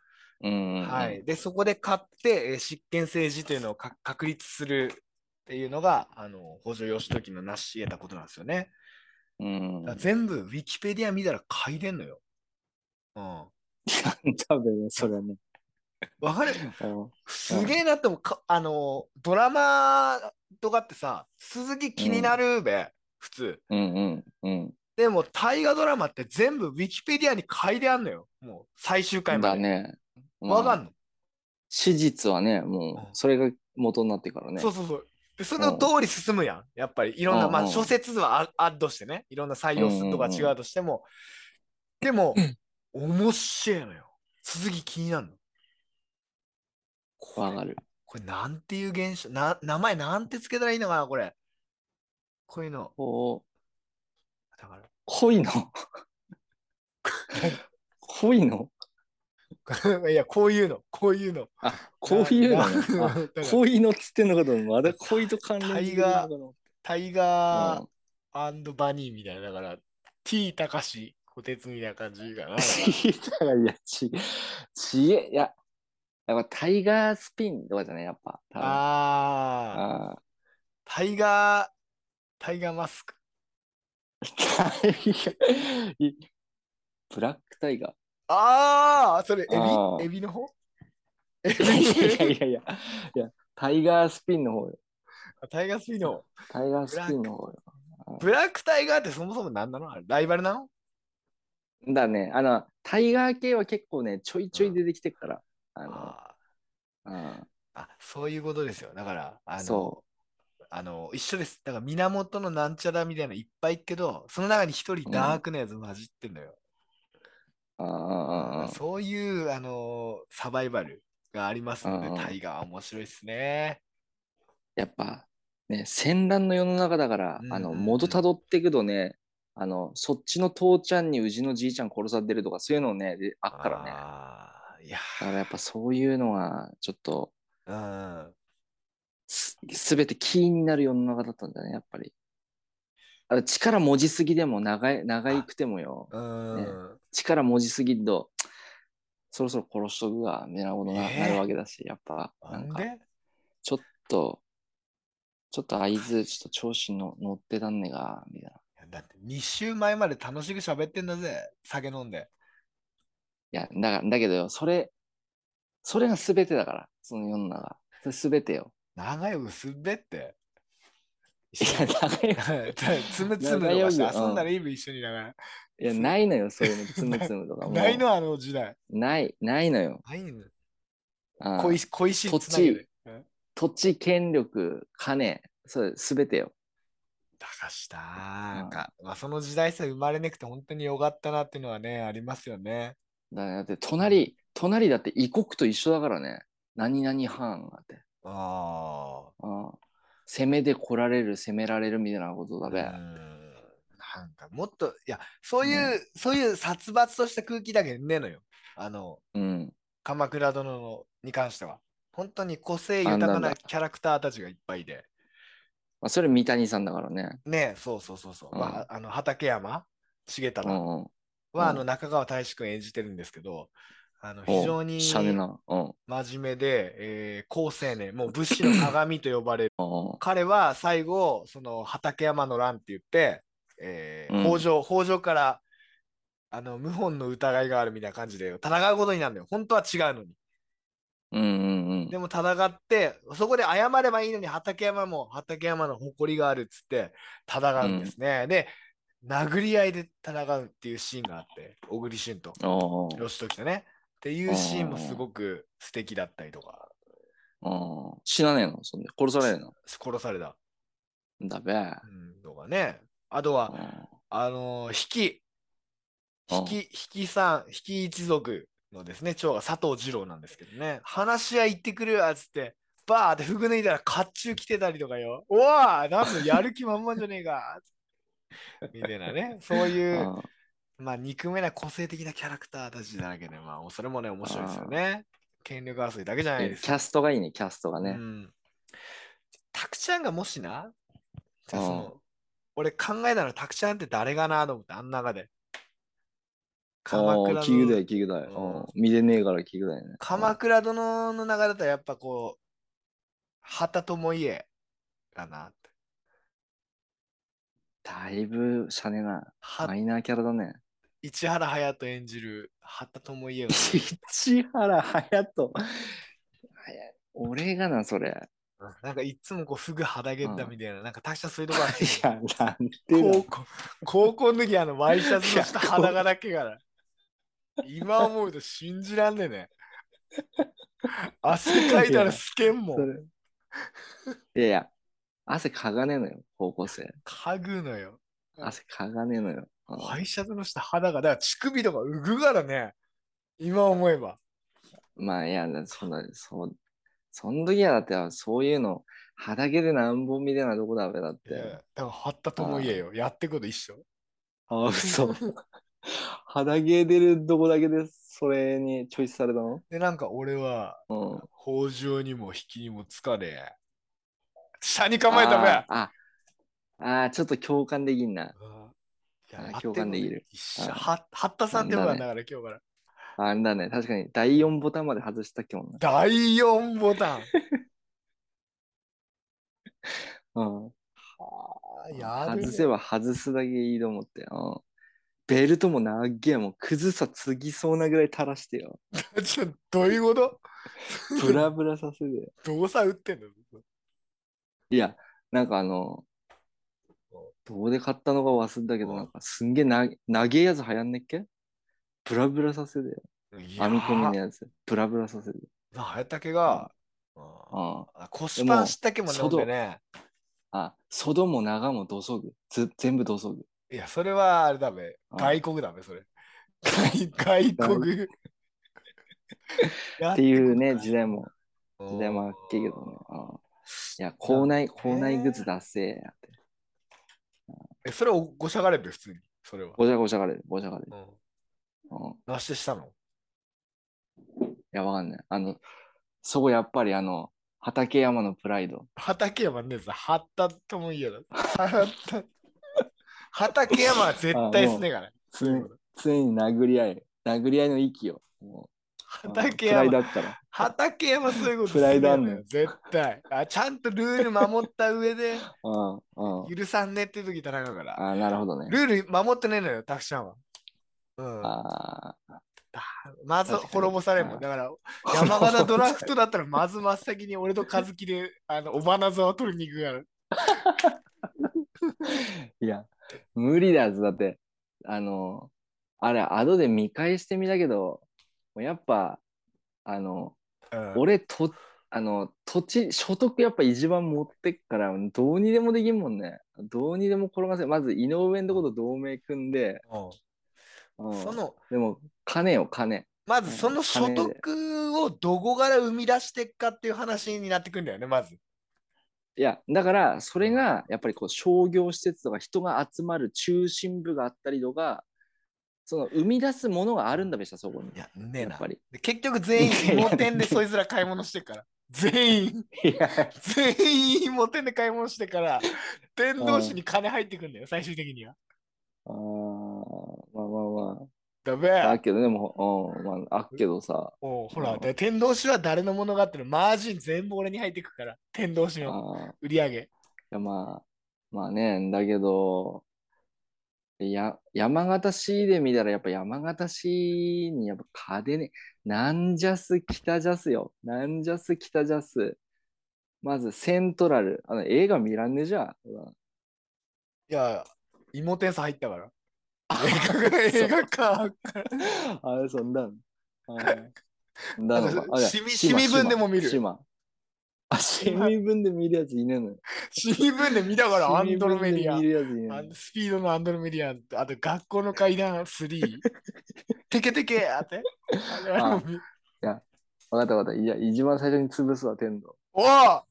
S3: うんうん
S2: はい、でそこで勝って、えー執権政治というのをか確立するっていうのがあの北条義時の成し得たことなんですよね。
S3: うん
S2: だから全部ウィキペディア見たら書いてんのよ。うん、
S3: 多分ねそれはね
S2: わかる
S3: うん
S2: すげえなってもかあのドラマとかってさ続き気になるべ、普通。
S3: うんうんうん
S2: でも大河ドラマって全部ウィキペディアに書いてあんのよ。もう最終回ま
S3: だ
S2: で。
S3: ねまあ
S2: わかんの
S3: 史実はねもうそれが元になってからね
S2: そうそうそう。でその通り進むやん。やっぱりいろんな、
S3: うん
S2: ま
S3: う
S2: あ
S3: ん
S2: 諸説はあアッドしてね、いろんな採用するとか違うとしても、でも、面白いのよ。続き気になるの。こ
S3: わ
S2: れ
S3: かる。
S2: これなんていう現象な、名前なんてつけたらいいのかな、これ。こういうの。
S3: こう、
S2: だから
S3: 濃 いの濃いの
S2: いや、こういうの、こういうの。
S3: あ、こういうの
S2: な
S3: ね。あ
S2: なだから
S3: 恋のっつってんのかと思うまだ恋と関連
S2: タイ
S3: してるのかと思っ
S2: タイ
S3: た
S2: ガーバニーみたいな、だから、T 高し、小鉄みたいな感じか な。だか
S3: うんいや、ち、ちえ、いや、やっぱタイガースピンとかじゃないやっぱ。
S2: ら
S3: 多分
S2: ああ、
S3: あ
S2: タイガー、タイガーマスク。
S3: ータイガーいブラックタイガー。
S2: ああ、それ、エ
S3: あー
S2: ビ、エビの方エ
S3: いやい や
S2: ビ
S3: いやいや、いや、タイガースピンの方よ。
S2: タイガースピの。
S3: タイガースピンの方よ。
S2: ブラックタイガーってそもそも何なのあれライバルなの
S3: だね、あの、タイガー系は結構ね、ちょいちょい出てきてるから。あ
S2: あ
S3: の、うん
S2: ーあ、そういうことですよ。だから、あの、
S3: そ
S2: あの、一緒です。だから源のなんちゃらみたいなのいっぱいいるけど、その中に一人ダークなやつ混じってんのよ。
S3: う。ああ、ああ
S2: そういう、あのーサバイバルがありますので、
S3: うんうん
S2: タイガー面白いですね。
S3: やっぱ、ね、戦乱の世の中だから、
S2: うん
S3: あの、
S2: うんうん
S3: 元たどっていくとね、あの、そっちの父ちゃんにうちのじいちゃん殺されてるとか、そういうのね、であったからね。だ
S2: あーいや
S3: からやっぱそういうのは、ちょっと、
S2: ー、うん。
S3: すすべてキーになる世の中だったんだね、やっぱり。あの力文字すぎでも長い、長いくてもよ。
S2: うん
S3: 力文字すぎると、そろそろ殺しとくわ、みたいなことにな,、
S2: えー
S3: るわけだし、やっぱ、な
S2: なんん
S3: か、
S2: で
S3: ちょっと、ちょっと合図、ちょっと調子の乗ってたんねが、みたいな。
S2: だって2週前まで楽しく喋ってんだぜ、酒飲んで。
S3: いや、だから、だけどよ、それ、それが全てだから、その世の中。それ全てよ。
S2: 長い薄っべって。
S3: いや、長い
S2: つむつむとかして遊んだらいいぶ一緒にだから。
S3: いや、ないのよ、そういう の、つむつむとかも。
S2: ないのあの時代。
S3: ない、ないのよ。
S2: ないの
S3: うん
S2: 小石、小石つなげる。うん
S3: 土地、権力、金、それ全てよ。
S2: だかしたなんか、まあ、その時代さえ生まれなくて本当によかったなっていうのはね、ありますよね。
S3: だだって、隣、隣だって異国と一緒だからね。何々藩があって。
S2: あ
S3: うん攻めで来られる、攻められるみたいなこと
S2: あ。
S3: だべ。
S2: うんなんかもっと、いや、そういう、そういう殺伐とした空気だけねえのよ。あの、
S3: うん。
S2: 鎌倉殿のに関しては。本当に個性豊か
S3: あなん
S2: な
S3: だ
S2: キャラクターたちがいっぱいで。
S3: まあ、それ三谷さんだからね。
S2: ねえ、そうそうそうそう。
S3: うん
S2: まあ、あの畠山重
S3: う
S2: 忠は、
S3: んうん。
S2: あの中川大志君演じてるんですけど、あの非常に
S3: シャネな。うん。うん
S2: 真面目で、えー好青年、もう武士の鏡と呼ば れる。
S3: うん
S2: 彼は最後、その畠山の乱って言って、えー
S3: うん
S2: 北条、北条からあの謀反の疑いがあるみたいな感じで戦うことになるのよ。本当は違うのに。
S3: うんうん。
S2: でも戦って、そこで謝ればいいのに畠山も畠山の誇りがあるっつって戦うんですね。で、殴り合いで戦うっていうシーンがあって、小栗旬と
S3: おー
S2: 義時とね。っていうシーンもすごく素敵だったりとか、
S3: おー死なねえのそんで殺されね
S2: 殺された
S3: えのだべ。
S2: うんとかね。あとは、あのー引き、引き、引きさん、引き一族のですね、長が佐藤二郎なんですけどね、話し合い行ってくるわっつって、バーって服脱いだら甲冑着てたりとかよ、おわなんだ、やる気満々じゃねえか みたいなね、そう
S3: うん
S2: いう、
S3: うん
S2: まあ、憎めない個性的なキャラクターたちだらけで、まあ、それもね、面白いですよね。権力争いだけじゃない
S3: え
S2: です
S3: キャストがいいね、キャストが
S2: う
S3: ね。
S2: ん。たくちゃんがもしな、じゃあ
S3: うん
S2: その、俺考えたのたくちゃんって誰がなと思って、あん中で。鎌
S3: お
S2: 倉
S3: ー聞くだ
S2: の
S3: よ、聞くだ
S2: うん
S3: よ。うん見てねえから聞くだよね。
S2: 鎌倉殿の中だったらやっぱこう、畑智家かなって。
S3: だいぶシャネな。
S2: は
S3: マイナーキャラだね。
S2: 市原隼人演じる畑智家が
S3: 市原隼人。俺がな、それ。
S2: なんかいつもこう、ふぐはだげったみたいな、なんかたくちゃんそういうとこある
S3: いや、なんでだ
S2: 高校高校の時あのワイシャツの下裸だけから。今思うと信じらんねえね。汗かいたらすけんもん。
S3: それいやいや、汗かがねえのよ、高校生。
S2: 嗅ぐのよ。うん
S3: 汗かがねえのよ。うん
S2: ワイシャツの下、肌が、だから乳首とか浮くからね。今思えば。
S3: まあいや、そんな、そう、そん時はだって、そういうの、畑で何本みたいなとこだべだっ
S2: いやだ
S3: て。
S2: から、貼ったとも言えよ。やってること一緒。
S3: ああ、嘘。畑出るとこだけで、それにチョイスされたの
S2: で、なんか俺は、
S3: うん。
S2: 北条にも引きにもつかれ、下に構えたべ。
S3: あーああー、ちょっと共感できんな。
S2: うんい
S3: あ
S2: や
S3: ー共感できる。
S2: やってんの一緒
S3: あー
S2: は八田さんって呼ばんだから、今日から。
S3: あれだね、確かに第4ボタンまで外した今日
S2: 第4ボタン。
S3: な。うん。
S2: やる
S3: 外せ
S2: ね。
S3: ば外すだけいいと思って。うん。ベルトも長っげえもう、くずさつぎそうなぐらい垂らしてよ。
S2: ちょっとどういうこと
S3: ブラブラさせてよ。
S2: 動作打ってんの
S3: いや、なんかあの、どうで買ったのか忘れたけど、
S2: うん
S3: なんかすんげえな、長えやつ流行んねっけブラブラさせてよ。
S2: いや
S3: 編み込みの
S2: ー
S3: やつ。ブラブラさせてよ。
S2: なあやたけが、うん
S3: あ
S2: あコスパンしたけも飲んでね。
S3: あ、外も長も土足。ず全部土足。
S2: いや、それはあれだべ。
S3: うん
S2: 外国だべ、それ。外外 国。
S3: っていう
S2: や
S3: ね、
S2: って
S3: 時代も、
S2: ことか
S3: 時代もあっけけどね。あいや、校内、校内グッズ出せえやって。
S2: え、それをごしゃがれべ、普通に。それは。
S3: ごちゃごちゃがれ、ごちゃがれ。
S2: うん。
S3: うん。い
S2: なしてしたの
S3: や、わかんない。あの、そこやっぱりあの、畠山のプライド。
S2: 畠山ねえぞ。はったとも言えだ。はった。畠山は絶対すねがない。
S3: 常に、常に殴り合い、殴り合いの域よ。もうあの
S2: 畠
S3: プライ
S2: 山
S3: ドあったら。
S2: 畠山そういうことす
S3: プライドあ
S2: る
S3: ん
S2: の
S3: の
S2: よ
S3: よ。
S2: 絶対あ。ちゃんとルール守った上で
S3: うん、うん。
S2: 許さんねっていう時田中から。
S3: あなるほどね。
S2: ルール守ってねえのよ、たくちゃんは。うん。
S3: あ
S2: まず
S3: 確かに
S2: 滅ぼされんもん。
S3: あ
S2: だから、山形ドラフ
S3: ト。
S2: トだったら、まず真っ先に俺と和樹で、あの、おばなざを取りに行くから。
S3: いや、無理だぞ。だって、あの、あれ、後で見返してみたけど、もうやっぱ、あの、
S2: うん、
S3: 俺と、あの、土地、所得やっぱ一番持ってっから、どうにでもできんもんね。どうにでも転がせ。まず、井上のとこと同盟組んで、うん
S2: その、
S3: でも、金よ、金。
S2: まずその所得をどこから生み出してっかっていう話になってくんだよね、まず。
S3: いや、だから、それが、やっぱりこう、商業施設とか人が集まる中心部があったりとか、その、生み出すものがあるんだべした、そこに。
S2: や、ね
S3: やっぱり。
S2: で結局全員
S3: いやいや
S2: 芋店でそいつら買い物してっから。全 員、
S3: いや、
S2: 全員芋店で買い物してから、天童市に金入ってくんだよ、最終的には。
S3: あーまあまあま
S2: だべ
S3: あ。だけど、でも、うん、まあ、あっけどさ、
S2: おうほら、で天童市は誰の物語ってるマージン全部俺に入ってくから、天童市
S3: あ
S2: の
S3: ーい
S2: 売り上げ。
S3: やまあ、まあね、だけど、や、山形市で見たら、やっぱ山形市にやっぱ家でね、なんじゃす、北じゃすよ。なんじゃす、北じゃす。まず、セントラル。あの、映画見らんねえじゃ ん。うわ
S2: いや、芋店さん入った から。 映画か。
S3: あれ、そん なん。あーんな
S2: あ
S3: の
S2: の
S3: かあいや
S2: 市民
S3: 島
S2: 市民分でも見る
S3: 島。あ、市民分で見るやついねえのよ。
S2: 新聞で見たから、アンドロメディア
S3: 見。るやついねえの
S2: あ
S3: よ
S2: のスピードのアンドロメディア、あと学校の階段3。テケテケあって。あれ
S3: あ
S2: も見
S3: わかったわかった。いや、一番最初に潰すわ、天童。
S2: おおダ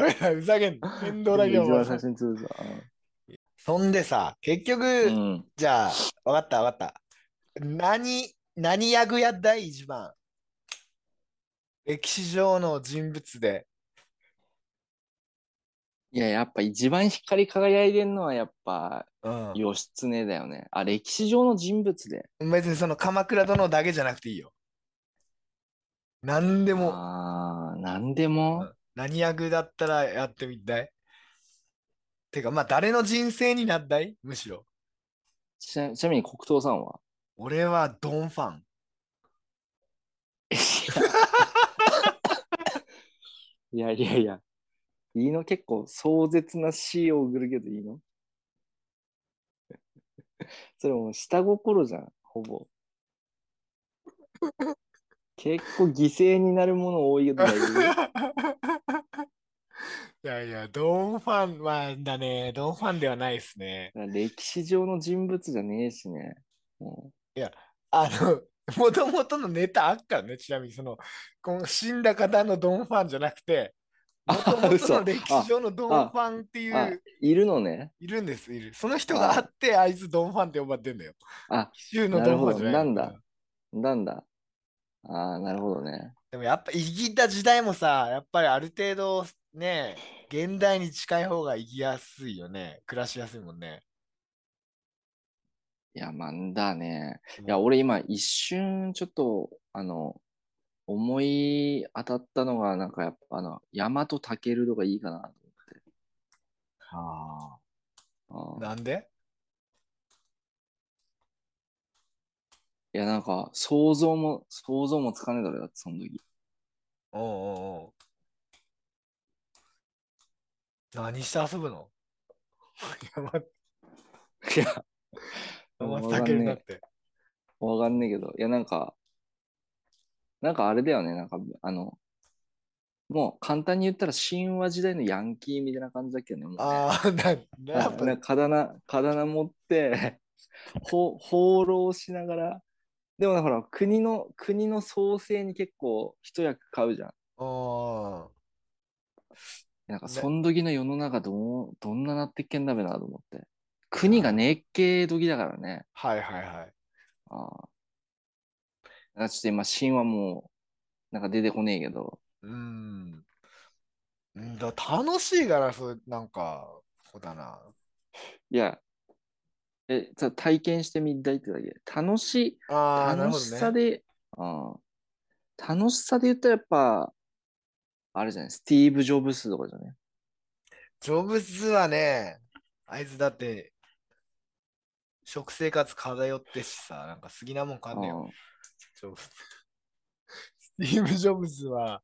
S2: メだ、ふざけんな。天童だけは
S3: 一番最初に潰すわ。
S2: そんでさ、結局、
S3: うん。
S2: じゃあ、わかったわかった。何、何やぐや第一番。歴史上の人物で。
S3: いや、やっぱ一番光り輝いてんのは、やっぱ、
S2: うん。
S3: 義経だよね。あ、歴史上の人物で。
S2: 別にその鎌倉殿だけじゃなくていいよ。何でも、
S3: ああ、なんで
S2: う
S3: も
S2: ん。何役だったらやってみたいてか、まあ誰の人生になったいむしろ。
S3: ちなちなみに、黒糖さんは
S2: 俺はドンファン。
S3: いやいやいや。いいの結構壮絶な死を送るけどいいの それもう下心じゃん、ほぼ。結構犠牲になるもの多いけど大丈夫
S2: いやいや、ドンファンはだね、ドンファンではないですね。
S3: 歴史上の人物じゃねえしね。も
S2: あの、もともとのネタあっからね、ちなみにその、この死んだ方のドンファンじゃなくて、
S3: あ
S2: もともと
S3: 嘘
S2: の歴史上のドンファンっていうう、
S3: あ、いるのね。
S2: いるんです、いる。その人があって、あいつドンファンって呼ばれてんだよ。
S3: あ、
S2: 奇襲のドンファンじゃない
S3: なるほどなんだ。なんだ。ああ、なるほどね。
S2: でもやっぱイギった時代もさ、やっぱりある程度ね、現代に近い方が生きやすいよね。暮らしやすいもんね。
S3: いや、まんだね。
S2: い
S3: いや、俺今一瞬ちょっと、あの、思い当たったのが、なんかやっぱあの、大和武尊とかいいかな
S2: あ
S3: と思
S2: ー
S3: って。あー
S2: なんで
S3: いや、なんか想像も、想像もつかねえだろ、だってその時。
S2: おうおうおう何して遊ぶ の山
S3: いや、
S2: 山
S3: わか
S2: 避
S3: んね
S2: け
S3: え
S2: るなって。
S3: わかんねえけど、いや、なんか、なんかあれだよね、なんか、あの、もう簡単に言ったら神話時代のヤンキーみたいな感じだっけどね、もうね
S2: ああ、な、な、やっぱ
S3: なんか刀、刀持って、 ほ放浪しながら、でもほら、国の、国の創生に結構一役買うじゃん。
S2: おー
S3: なんか、
S2: ね
S3: そん時の世の中どう、どんななってっけんだべなと思って。国が熱系時だからね。
S2: はいはいはい。
S3: ああ。なんかちょっと今、神話もう、なんか出てこねえけど。
S2: うん。うんだ楽しいから、そう、なんか、そうだな。
S3: いや、え、た体験してみたいってだけ。楽しい、
S2: ああ、なる
S3: 楽
S2: ほ
S3: し
S2: ど
S3: さ
S2: ね。
S3: で、あー楽しさで言ったらやっぱ、あれじゃない、スティーブ・ジョブスとかじゃない。
S2: ジョブズはね、あいつだって、食生活偏ってしさ、なんか好きなもん買んねえよ。ジョブズ。 スティーブ・ジョブズは、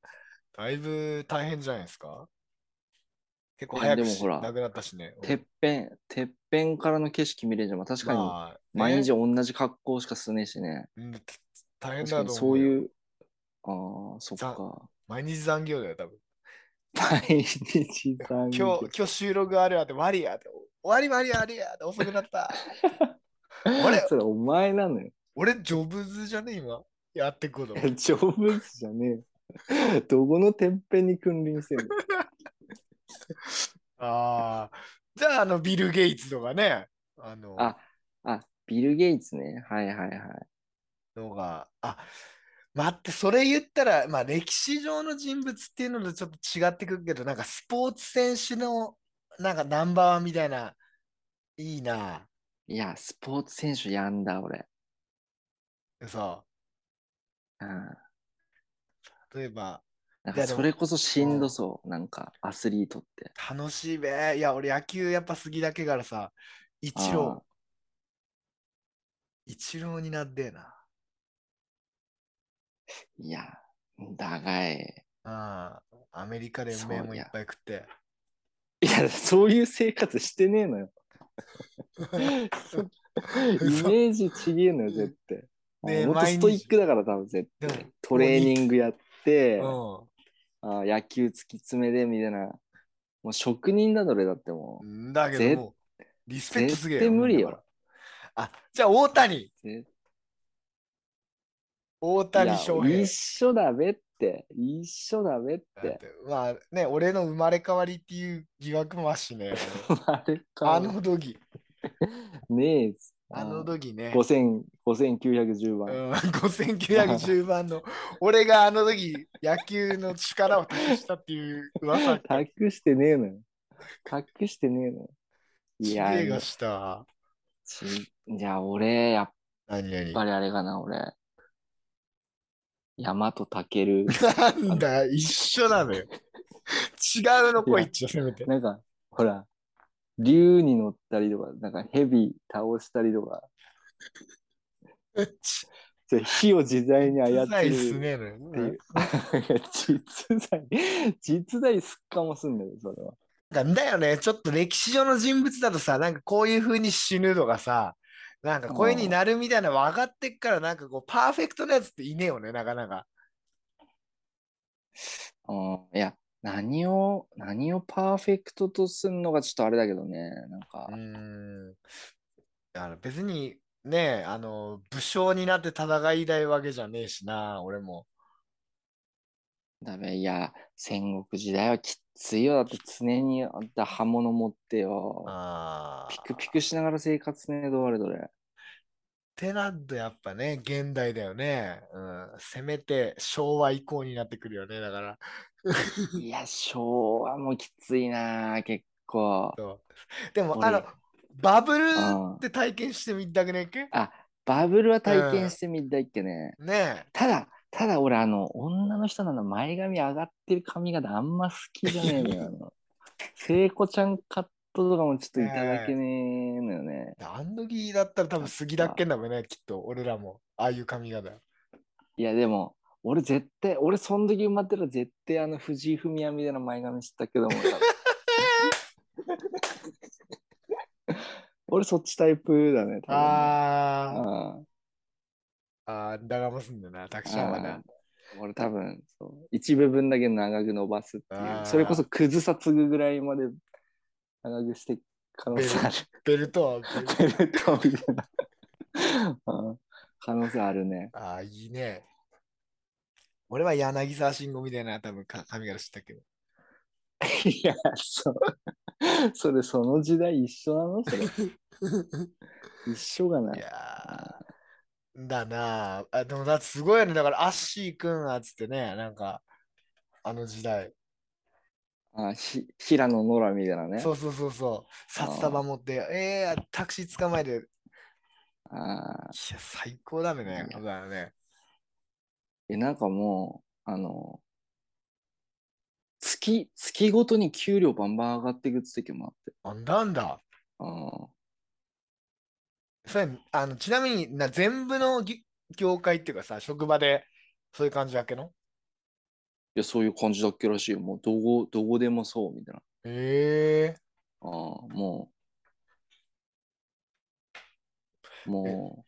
S2: だいぶ大変じゃないですか結構
S3: いや
S2: 早
S3: で
S2: く
S3: も
S2: し
S3: ほら
S2: 亡くなったしね。
S3: うんてっぺん、てっぺんからの景色見れるじゃん。まあ確かに、
S2: まあ、
S3: 毎日
S2: ね、
S3: 同じ格好しかすねえしね。
S2: うんつ大変
S3: 確か
S2: だ
S3: に
S2: と
S3: そ
S2: 思う
S3: う
S2: よ。
S3: いう、ああ、そっ
S2: ざ
S3: か。
S2: 毎日残業だよ、多分。
S3: 毎日
S2: 今
S3: 残業
S2: 日、今日収録あるわって、マリアって、終わりマリア、マリアって遅くな った。俺
S3: それお前なのよ。
S2: 俺、ジョブズじゃね今。やってく の。
S3: ジョブズじゃねえよ。 どこのてっぺんに君臨してんの
S2: ああ。じゃあ、あの、ビル・ゲイツとかね。あの、
S3: ああ、ビル・ゲイツね。はいはいはい。
S2: のが、あ、待って、それ言ったら、まあ、歴史上の人物っていうのとちょっと違ってくるけど、なんかスポーツ選手の、なんかナンバーワンみたいな、いいな。
S3: いや、スポーツ選手やんだ、俺。
S2: そ
S3: うん。
S2: う。例えば、
S3: なん
S2: いや
S3: か
S2: でも
S3: それこそしんどそう、なんかアスリートって。
S2: 楽しいべ。いや、俺、野球やっぱ好きだけからさ、イチロ
S3: あ
S2: ー、イチローになってえな。
S3: ーいや、だがい。
S2: ああ、アメリカで
S3: そう
S2: 麺もい
S3: い
S2: っ
S3: や
S2: ぱい食って。
S3: いや、そういう生活してねえ のよ。イ メージちげえのよ、絶対。
S2: ね
S3: もっとストイックだから、多分絶
S2: でも
S3: 対。トレーニングやって、
S2: も
S3: あー野球突き詰めで、みたいな。もう職人だ、どれだっても
S2: う
S3: う。
S2: ん。だけ
S3: ぜ
S2: どもう、リスペクトすげえ
S3: 絶対無理よ
S2: だからあ、じゃあ大谷、
S3: 絶
S2: 大
S3: 対
S2: 谷翔
S3: いや
S2: 平
S3: 一。緒だべって。一緒だべっ。
S2: だっててまあね、俺の生まれ変わりっていう疑惑もあるしね。
S3: あれか。
S2: あの時、
S3: ねえっつ。
S2: あの時ね。
S3: 五千五千九百十
S2: う
S3: 番。
S2: ん、5910番 の俺があの時野球の力を託したっていう噂
S3: 隠してねえのよ。隠してねえのよ。い
S2: ちげ
S3: や、
S2: え
S3: いや
S2: がした。
S3: ちいや俺、やっ
S2: 何々
S3: ぱりあれかな、俺。大和 健。
S2: なんだ、一緒なのよ。違うのこいっちゃせめて。
S3: なんか、ほら、竜に乗ったりとか、なんか蛇倒したりとか、
S2: ち
S3: そう火を自在に 操
S2: うざ
S3: る
S2: い
S3: っ
S2: ってす
S3: いう。
S2: ねのよ。なん
S3: 実在、実在すっかもすんだよ、それは。
S2: かだよね、ちょっと歴史上の人物だとさ、なんかこういう風に死ぬとかさ、なんかこういう風になるみたいなの分かってっから、なんかこう、パーフェクトなやつっていねえよね、なかなか。
S3: うんいや、何を、何をパーフェクトとすんのがちょっとあれだけどね、なんか
S2: う、ーん。あの別にね、あの、武将になって戦いたいわけじゃねえしな、俺も。
S3: ダメ、いや、戦国時代はきっついよ。だって常にあんた刃物持ってよ。
S2: ああ。
S3: ピクピクしながら生活ね、どれどれ。
S2: ってなるとやっぱね、現代だよね。うん。せめて昭和以降になってくるよね、だから。
S3: いや、昭和もきついな、結構。
S2: でも、
S3: 俺
S2: あの、バブル
S3: うん
S2: って体験してみたくねえっけ
S3: あ、バブルは体験してみたいっけね。
S2: ね
S3: ただ、ただ俺、あの、女の人なの前髪上がってる髪型あんま好きじゃねえのよ。あ の聖子ちゃんカットとかもちょっといただけねえのよね。
S2: え。あん時だったら多分杉だっけんだもんね、きっと。俺らも。ああいう髪型。
S3: いやでも俺絶対俺その時埋まってたら絶対あの藤井フミヤみたいな前髪したけども 俺そっちタイプだね多分
S2: あー
S3: あ
S2: あー、だがますんだな、タクシーはな
S3: あ。俺多分そう一部分だけ長く伸ばすってい
S2: あー
S3: うそれこそクズさつぐぐらいまで長くしていく可能性あ
S2: ベルトは。
S3: るベルトみたい なうん可能性あるね
S2: ああ、いいね。俺は柳沢慎吾みたいな多分か髪型してたけど。
S3: いや、そう。それ、その時代一緒なのそれ。一緒がないい。
S2: やーだなああ。でもだってすごいよね。だからアッシーくんはつってね、なんか、あの時代。
S3: あ、ひ、平野ノラみたいなね。
S2: そうそうそうそう。札束持って、えー、タクシー捕まえて。いや、
S3: あー
S2: 最高だね。
S3: いや
S2: だからね。
S3: え、なんかもう、あの、月、月ごとに給料バンバン上がっていく時もあって。
S2: あんだあんだ。
S3: あー
S2: それ、あの、ちなみにな、全部のぎ業界っていうかさ、職場でそういう感じだっけの
S3: いや、そういう感じだっけらしいよ。もう、どこ、どこでもそう、みたいな。
S2: ええ
S3: ああ、もう、も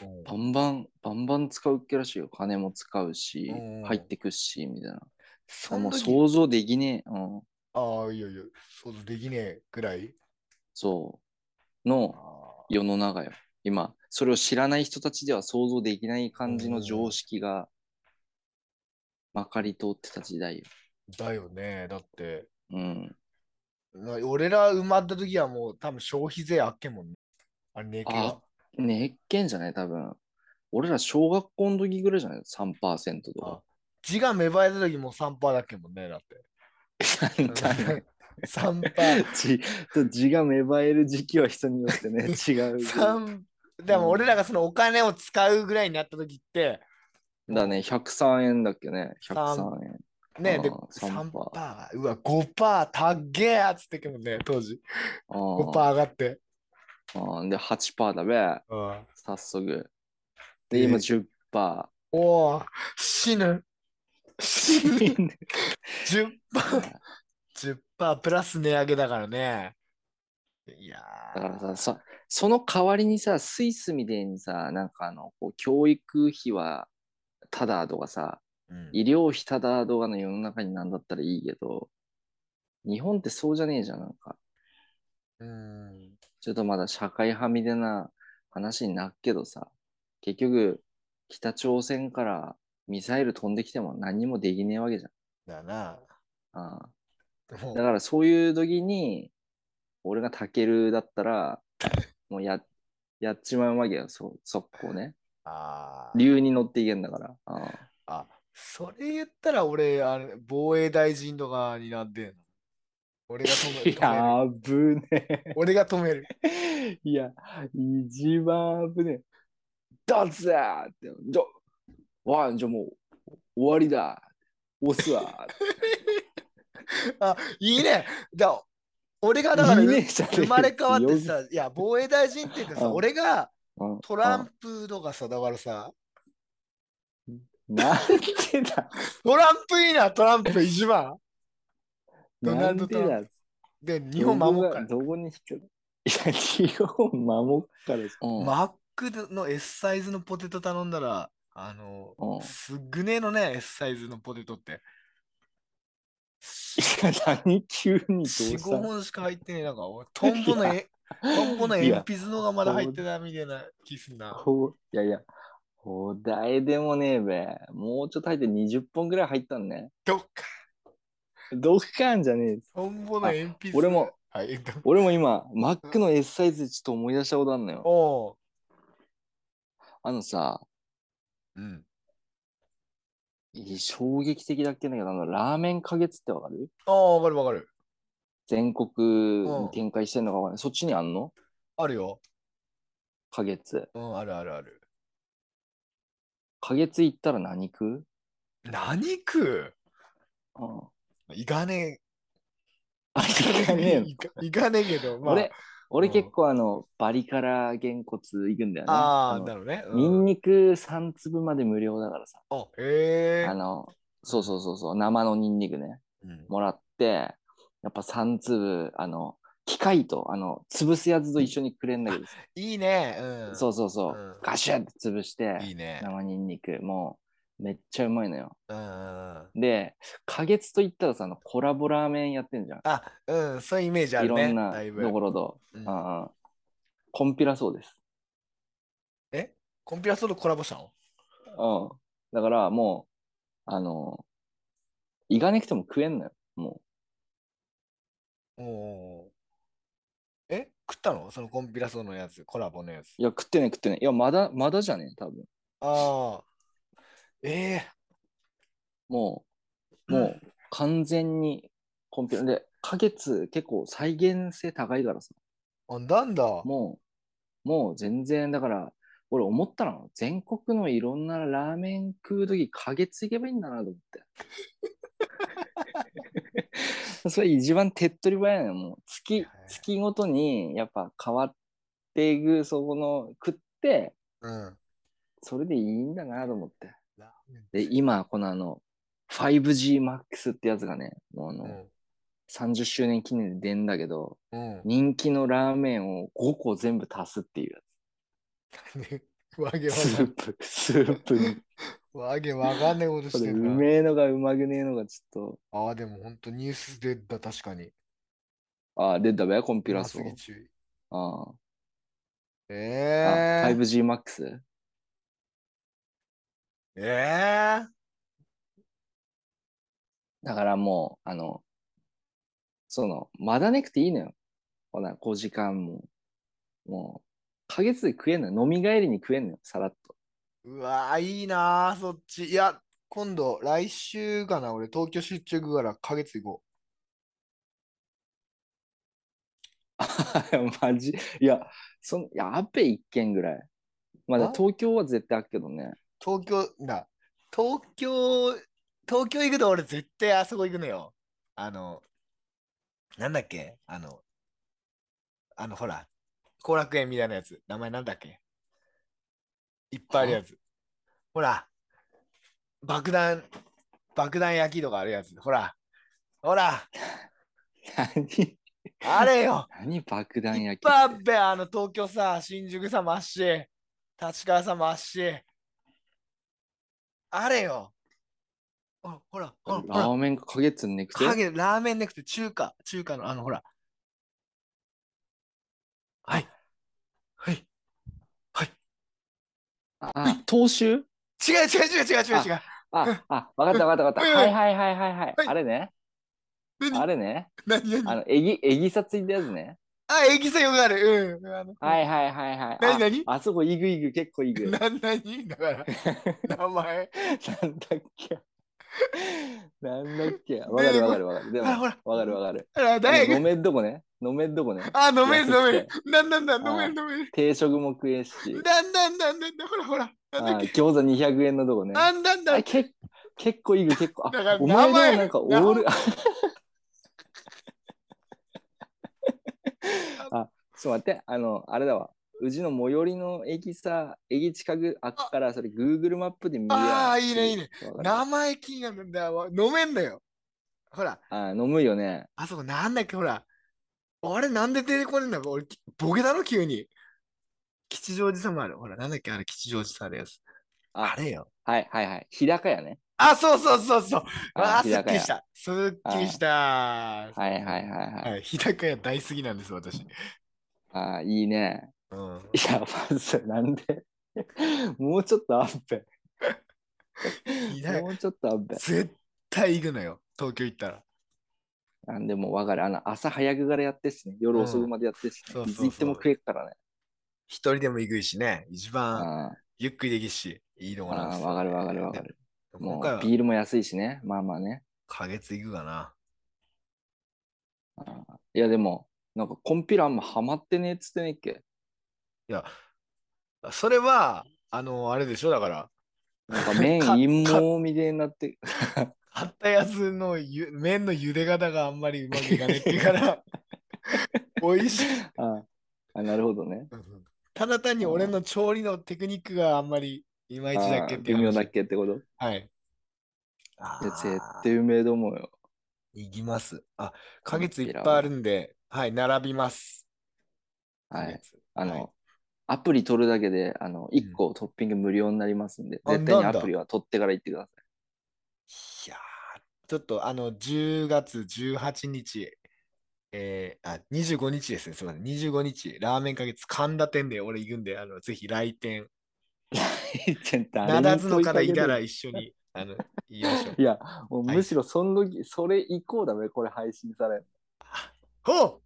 S3: う、バンバン、バンバン使うっけらしいよ。金も使うし
S2: うん、
S3: 入ってくっし、みたいな。
S2: そ
S3: も
S2: ん
S3: う
S2: 時
S3: 想像できねえ、うん、
S2: ああ、いやいや、想像できねえぐらい。
S3: そう、の
S2: あ
S3: 世の中よ。今、それを知らない人たちでは想像できない感じの常識がまかり通ってた時代よ。
S2: ーだよね。だって、
S3: うん。
S2: な俺ら埋まった時はもう多分消費税あっけもんね。あれねえけ
S3: あねえっけんじゃない多分。俺ら小学校の時ぐらいじゃない ?3% とか。
S2: 字が芽生えた時も3%だっけもんね。だって。3%。
S3: 字字が芽生える時期は人によって ね、違う。
S2: 三でも俺らがそのお金を使うぐらいになった時って、
S3: だね、103円だっけね。103円。
S2: ね、で、
S3: あー3%
S2: 3%。うわ、5%たっげえっつってけもんね、当時。
S3: あ
S2: 5%
S3: ー
S2: 上がって。
S3: あーで、8%だべ。
S2: うん
S3: 早速。で、今
S2: え
S3: 10%。
S2: おお、死ぬ。死ぬ。10%。10%プラス値上げだからね。いや
S3: だからさそ、その代わりにさ、スイスみたいにさ、なんかあの、こう教育費はただとかさ、医療費ただとかの世の中になんだったらいいけど、日本ってそうじゃねえじゃん、なんか。
S2: うん。うん
S3: ちょっとまだ社会派みたいな話になっけどさ、結局、北朝鮮からミサイル飛んできても何にもできねえわけじゃん。
S2: だな。
S3: ああ
S2: も
S3: だ
S2: う
S3: からそういう時に、俺がタケルだったら、もうややっちまうわけよ、そ速攻ね。
S2: あー
S3: 竜に乗っていけんだから。ああ
S2: あ、それ言ったら俺、あれ防衛大臣とかになってんの俺が止 め止める。
S3: やぶね
S2: 俺が止める。
S3: え。 いや、一番危ねえ。だぜーって。じゃ、わん、じゃもう終わりだ。押 すわ。
S2: あ、いいね。だから俺がだから
S3: いいねじゃねえ
S2: 生まれ変わってさ、いや、防衛大臣っていうかさ、
S3: うん
S2: 俺が
S3: うん
S2: トランプとかさ、だからさ、
S3: うんなんてだ。
S2: トランプいいな、トランプ一番。ドナ
S3: な
S2: ル
S3: ん
S2: ド
S3: て
S2: トランプ
S3: だ。
S2: で、日本守っから。
S3: どこがどこに引くいや、日本守っからじゃん。うん
S2: マックの S サイズのポテト頼んだら、あの、
S3: うん
S2: すぐねのね、S サイズのポテトって。
S3: いや、何急にどう
S2: 4、
S3: した
S2: 5
S3: の
S2: 本しか入ってねえなんか、俺トンボのえ、トンボの
S3: い
S2: 鉛
S3: や
S2: 筆のがまだ入ってないみたいな気すんな。
S3: こういやいや、お題でもねえべ。もうちょっと入って20本ぐらい入ったんね。
S2: どっか、
S3: どっかんじゃねえ。
S2: トンボの鉛筆。
S3: 俺も。
S2: はい、えっと。
S3: 俺も今、マックの S サイズでちょっと思い出したことあんのよ。
S2: おう。
S3: あのさ、
S2: うん。
S3: 衝撃的だっけなんだけど、あの、ラーメン花月ってわかる
S2: ああ、わかるわかる。
S3: 全国に展開してんのかわかんない。そっちにあんの
S2: あるよ。
S3: 花月。
S2: うん、あるあるある。
S3: 花月行ったら何食う
S2: 何食
S3: うん。
S2: ういかね
S3: あ、
S2: え。
S3: 行かねえの
S2: いかいかねえけど、 まあ。
S3: 俺、俺
S2: うん
S3: 結構あの、バリからげんこつ行くんだよね。
S2: ああ、
S3: の
S2: なるほどね。うん
S3: ニンニク3粒まで無料だからさ。
S2: あ、へえ
S3: あ。の、そうそうそうそう、生のニンニクね、
S2: うん
S3: もらって、やっぱ3粒、あの、機械と、あの、潰すやつと一緒にくれんだけどさ、
S2: いいね。うん。
S3: そうそうそう、
S2: うん
S3: ガシュって潰して、
S2: いいね。
S3: 生ニンニク、もう、めっちゃうまいのよ。
S2: うんうんうん。
S3: で、花月といったらさ、あのコラボラーメンやってんじゃん。
S2: あ、うん、そういうイメージあ
S3: い
S2: るね。
S3: ろんな
S2: だいぶ。
S3: ところと、
S2: う
S3: うんんうんコンピラそうです。
S2: コンピラソールコラボしたの
S3: うん。だからもう、あの、いがねくても食えんのよ。も
S2: おーえ食ったのそのコンピラソールのやつ、コラボのやつ
S3: う。。いや、食ってね、食ってね。いや、まだ、まだじゃね多分。
S2: ああ。え
S3: もう、もう、完全にコンピューターで、花月結構再現性高いから
S2: え
S3: さ、
S2: あ、なんだ。
S3: もう、もう全然、だから、俺思ったの、全国のいろんなラーメン食うとき、花月行けばいいんだなと思って。 それ一番手っ取り早いのよ、もう月、月ごとにやっぱ変わっていく、そこの食って、
S2: うん。
S3: それでいいんだなと思って。
S2: ラーメン
S3: で、今、このあの、5GMAX ってやつがね、もうあの、30周年記念で出んだけど、
S2: うん。うん。
S3: 人気のラーメンを5個全ぶ足すっていうや
S2: わけ
S3: つ。
S2: わ
S3: ス
S2: かん
S3: ープ、スー プに。
S2: わけわかんないこと
S3: こ
S2: し
S3: れ
S2: てる
S3: う
S2: な。
S3: めえのがうまくねえのがちょっ
S2: ああ、でも本当ニュースでだ、確かに。
S3: と。あ、出たべ、コンピュラ
S2: 今
S3: ス
S2: すぎ注意。
S3: ああ、
S2: ええ
S3: あ
S2: ー。
S3: 5GMAX?
S2: ええ
S3: だからもう、あの、その、まだねくていいのよ。ほな、5時間も。もう、か月で食えんのよ。飲み帰りに食えんのよ、さらっと。
S2: うわー、いいなー、そっち。いや、今度、来週かな、俺、東京出張行くから、花月行こ
S3: マジいや、そん、やっべ、一軒ぐらい。まあ
S2: あ
S3: だ東京は絶対あっけどね。
S2: う。東京、な、東京、東京行くと俺、絶対あそこ行くのよ。あの、なんだっけあの、あの、ほら、後楽園みたいなやつ。名前なんだっけいっぱいあるやつ。ほら、爆弾、爆弾焼きとかあるやつ。ほら、ほら、
S3: 何
S2: あれよ
S3: 何爆弾
S2: いっ
S3: 焼き
S2: ぱいあ
S3: っ
S2: ってべ、あの東京さ、新宿さ、まっし、立川さ、まっし。あれよ。ほら、ほら、ほら、
S3: ラーメンかか月にねく
S2: ほら
S3: て
S2: 影ラーメンなくて中華、中華の、あの、ほら。はい。はい。
S3: あ、東州
S2: 違う違う違う違う違う違う。
S3: あ、あ、わかったわかったわか
S2: う
S3: った。
S2: ん
S3: はいはいはいはいはい
S2: は。い
S3: あれね。
S2: 何
S3: あれね。
S2: 何
S3: あ
S2: 何
S3: の、えぎ、えぎさついたやつね。
S2: あ、エキサよくある。うん。あの
S3: はいはいはいはい。
S2: 何何
S3: ああそこイグイグ結構イグ。なん
S2: 何何だ から、名前。
S3: だっけ。なんだっけ。わかるわかるわかる。でも、
S2: ほらほら
S3: わかるわかる。
S2: あら、
S3: で
S2: 誰
S3: も飲めんとこね。飲めんとこね。
S2: あ、飲める飲め
S3: 安
S2: る。なんなんだ、
S3: あ
S2: 飲める飲める。
S3: 定食も食えんし。
S2: なんなんなんなんだ、ほらほら。なんだ
S3: あ
S2: っけ
S3: ー餃子200円のとこね。
S2: あんなんだ
S3: あ。け結構いいよ、結構。
S2: だから
S3: あお前
S2: 名前
S3: でもなんかオール。 あ、ちょっと待って、あの、あれだわ。うちの最寄りの駅さ、駅近くあっから、それ Google マップで見るや
S2: あーいいねいいね。
S3: わかる
S2: 名前気になるんだよ。飲めんだよ。ほら、
S3: あー飲むよね。
S2: あそこなんだっけ、ほら。あれ、なんで出てこねえんだ俺、きボケだろ、急に。吉祥寺さんもある。ほら、なんだっけ、あれ、吉祥寺さんあるやつ。
S3: あ
S2: あれよ。
S3: はいはいはい。日高屋ね。
S2: あ、そうそうそうそう。あ
S3: あ
S2: あ、す
S3: 日
S2: っ
S3: 高
S2: きり
S3: 屋
S2: した。すっきりした。は
S3: はいはいはいはい。
S2: い、日高屋大好きなんです、私。
S3: ああ、いいね。
S2: うん。
S3: いや、まずなんで もうちょっとアップ。
S2: 日高
S3: もうちょっとアップ。
S2: 絶対行くのよ、東京行ったら。
S3: なんでもわかる。あの、朝早くからやってっしね。夜遅くまでやってっしね。
S2: うんそうそうそう
S3: いつ行っても食えっからね。
S2: 一人でも行くしね、一番
S3: あ
S2: ゆっくりできるし、いいの
S3: あ、
S2: かな
S3: ああわかるわかるわか。る。
S2: でも
S3: も
S2: 今回
S3: う
S2: は
S3: ビールも安いしね。まあまあね。
S2: 花月行くかな。
S3: ああいや、でも、なんかコンピラあんまハマってねえっつってねえっけ。
S2: いや、それは、あの、あれでしょ、だから、
S3: なんか 麺
S2: か
S3: 陰謀みたいになって。
S2: 買ったやつのゆ麺の茹で方があんまりうまくいかないっていう から、美味しい。
S3: ああ、なるほどね。
S2: ただ単に俺の調理のテクニックがあんまりいまいちだっけ
S3: ああ
S2: っていう
S3: 微妙
S2: 話
S3: だっけってこと。い
S2: はい。
S3: や、絶
S2: あー
S3: 対うめえと思うよ。
S2: いきます。あ、
S3: カ
S2: 花
S3: ンピ
S2: 月い
S3: ラは
S2: っぱいあるんで、はい、並びます。
S3: は
S2: 花
S3: い。
S2: 月。
S3: あの、
S2: はい
S3: アプリ取るだけで、あの、
S2: ん
S3: 1個トッピング無料になりますんで、
S2: あ
S3: 絶対に
S2: なん
S3: ア
S2: だ
S3: プリは取ってから行ってください。
S2: いやーちょっとあの、10月18日、えー、あ、25日ですね、すみません。25日、ラーメン花月、神田店で俺行くんで、あの、ぜひ来店。 なだずのからいたら一緒に、あの、言いましょう
S3: い。や、もうむしろその時、それ以降だべ、これ配信される
S2: ほ
S3: の。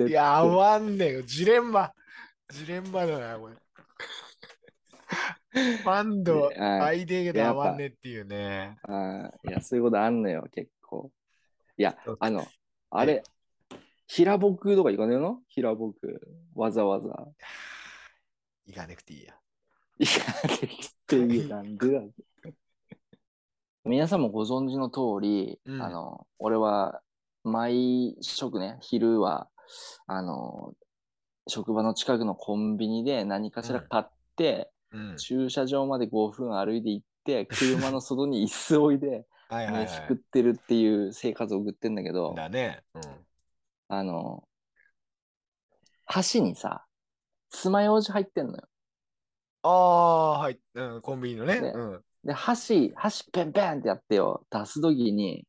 S2: ういや、合わんねえよ。ジレンマ。ジレンマだな、 これ。ファンド、
S3: ねはい
S2: アイデアが合わんねえっていうね。
S3: あーいや、そういうことあんのよ、結構。いや
S2: そう、
S3: あの、あれ、平僕とか行かねえの平僕、わざわざ。
S2: 行かなくていいや。
S3: いや、できていいなんでだって皆さんもご存知の通り、
S2: うん
S3: あの、俺は毎食ね、昼は、あの、職場の近くのコンビニで何かしら買って、
S2: うん。
S3: 駐車場まで5分歩いて行 って、車の外に椅子置いて、
S2: はいはい、
S3: 飯
S2: は
S3: 食ってるっていう生活を送ってんだけど
S2: い。、だね。うん。
S3: あの、箸にさ、爪楊枝入ってんのよ。
S2: ああ、はい。うん、コンビニのね。
S3: ね
S2: うん。
S3: で、箸、箸ペンペンってやってよ、出すときに、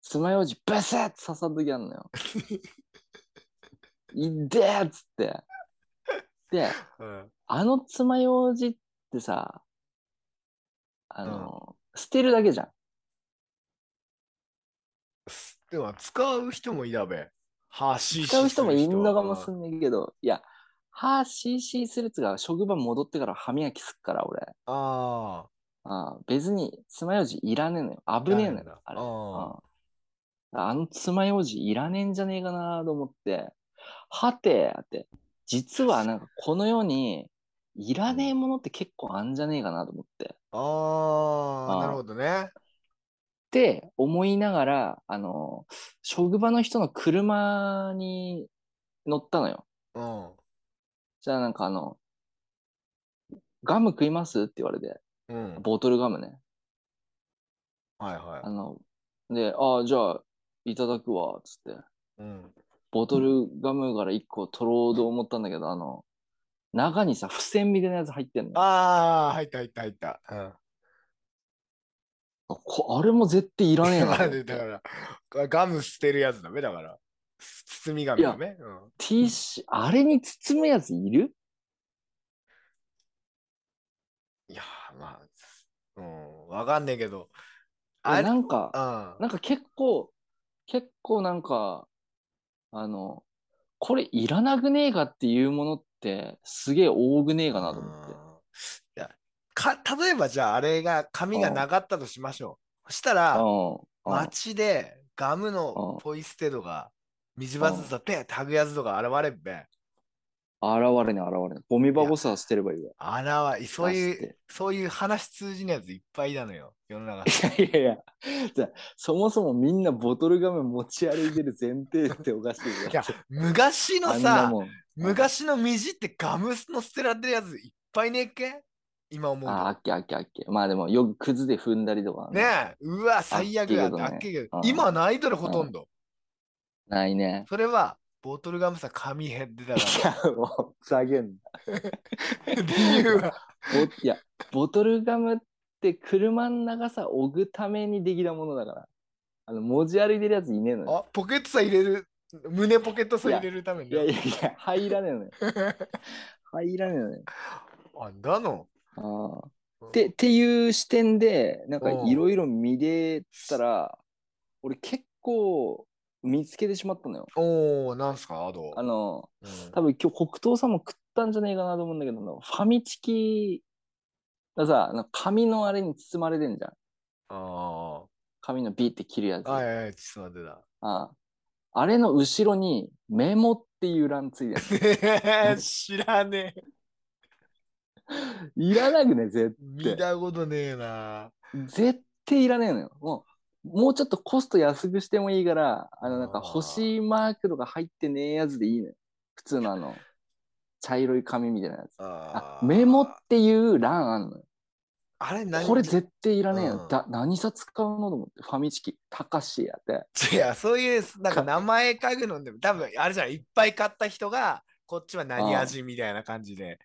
S3: 爪楊枝ブスッて刺さるときある のよ。いでーっつって。で、
S2: うん。
S3: あの爪楊枝ってさ、あの、捨てるだけじゃん。
S2: すでも、使う人もいだべ。はし
S3: 使う人もいんのかも
S2: す
S3: す
S2: る人
S3: んねんけど、いや、歯 CC するやつが職場戻ってから歯磨きすっから、俺。
S2: うんあ
S3: ああ別に爪楊枝いらねえのよ。危ねえのよ、あ
S2: あ。
S3: れ。
S2: あ
S3: うんあの爪楊枝いらねえんじゃねえかなと思って、はてって、実はなんかこの世にいらねえものって結構あんじゃねえかなと思って、っ
S2: あ。あ
S3: う
S2: あ。
S3: ん
S2: なるほどね。
S3: て思いながら、あの、職場の人の車に乗ったのよ。
S2: うん。
S3: じゃあなんかあの、ガム食いますって言われて、
S2: うん。
S3: ボトルガムね。
S2: はいは
S3: あの、で、ああ、じゃあいただくわ、つって。
S2: い。うん。
S3: ボトルガムから一個取ろうと思ったんだけど、あの、中にさ、付箋みたいなやつ入ってんの。あ
S2: ああ、入った入った入った。うん。
S3: こあれも絶対いらねえ
S2: ま
S3: なと思
S2: あ
S3: っ
S2: ね
S3: て。
S2: だからガ、ガム捨てるやつだべ、だから。す包み紙だべ。うん。
S3: T シャあれに包むやついる
S2: いやー、まあ、うん、わかんねえけど。あ
S3: あ
S2: れ、
S3: な
S2: うん。
S3: んか、なんか結構、結構なんか、あの、これいらなくねえかっていうものってすげえ多くねえかなと思って。
S2: いやか例えばじゃああれが紙がなかったとしましょう。そしたら
S3: うんうん
S2: 街でガム
S3: うん
S2: のポイ捨てとか道端でさペッて剥ぐやつとか現れっべ。
S3: 現れね現れね。ゴミ箱さ捨てればいいわ。
S2: あらわいそうい
S3: 出して
S2: うそういう話通じのやついっぱいなのよ世の中。
S3: いやいや、じゃあそもそもみんなボトルガム持ち歩いてる前提っておかしいよ。
S2: いや昔の
S3: あんな
S2: さ
S3: もん
S2: 昔の道ってガムの捨てられてるやついっぱいねえっけ今思う
S3: あ、あ
S2: と。
S3: っけあっけあっけ。まあでもよくくずで踏んだりとか、
S2: ねえうわ最悪だ
S3: あっけえけどね
S2: あっけえけど
S3: うん
S2: 今ないだろほとんど。
S3: ないね。
S2: それはボトルガムさ紙減ってたから。
S3: いや、もう、ふざけんな
S2: 理由は。
S3: ボいや、ボトルガムって車の長さを置くためにできたものだから。あの、持ち歩いてるやついねえのよ。
S2: あ、ポケットさ入れる。胸ポケットさ入れるために
S3: い。やいやいや、入らね えのよ。入らねえのよ。
S2: あんだの。
S3: ああ。て、っていう視点で、なんか
S2: うん
S3: いろいろ見れたら、俺結構見つけてしまったのよ。
S2: おー、なんすか、アド。
S3: あの、
S2: うん
S3: 多分今日北東さんも食ったんじゃねえかなと思うんだけど、あのファミチキがさ、あの紙のあれに包まれてんじゃん。
S2: あ
S3: 紙のビって切るやつ。
S2: あ。はいはい、ちょっと待
S3: あああれの後ろにメモっていう欄ついてる。
S2: ってた。 知らねえ。
S3: いらなくね、絶
S2: 見たことねえな。
S3: 絶対いらねえのよ。もう、もうちょっとコスト安くしてもいいから、あの、なんか
S2: あー
S3: 星マークとか入ってねえやつでいいのよ。普通のあの、茶色い紙みたいなやつ。あ
S2: あ、ー
S3: メモっていう欄あんのよ。
S2: あれ何
S3: これ絶対いらねえよ。
S2: うん
S3: だ何さ使うのと思って、ファミチキ、たかしやって。
S2: いや、そういう、なんか名前書くのでも、多分あれじゃない、いっぱい買った人が、こっちは何味みたいな感じで、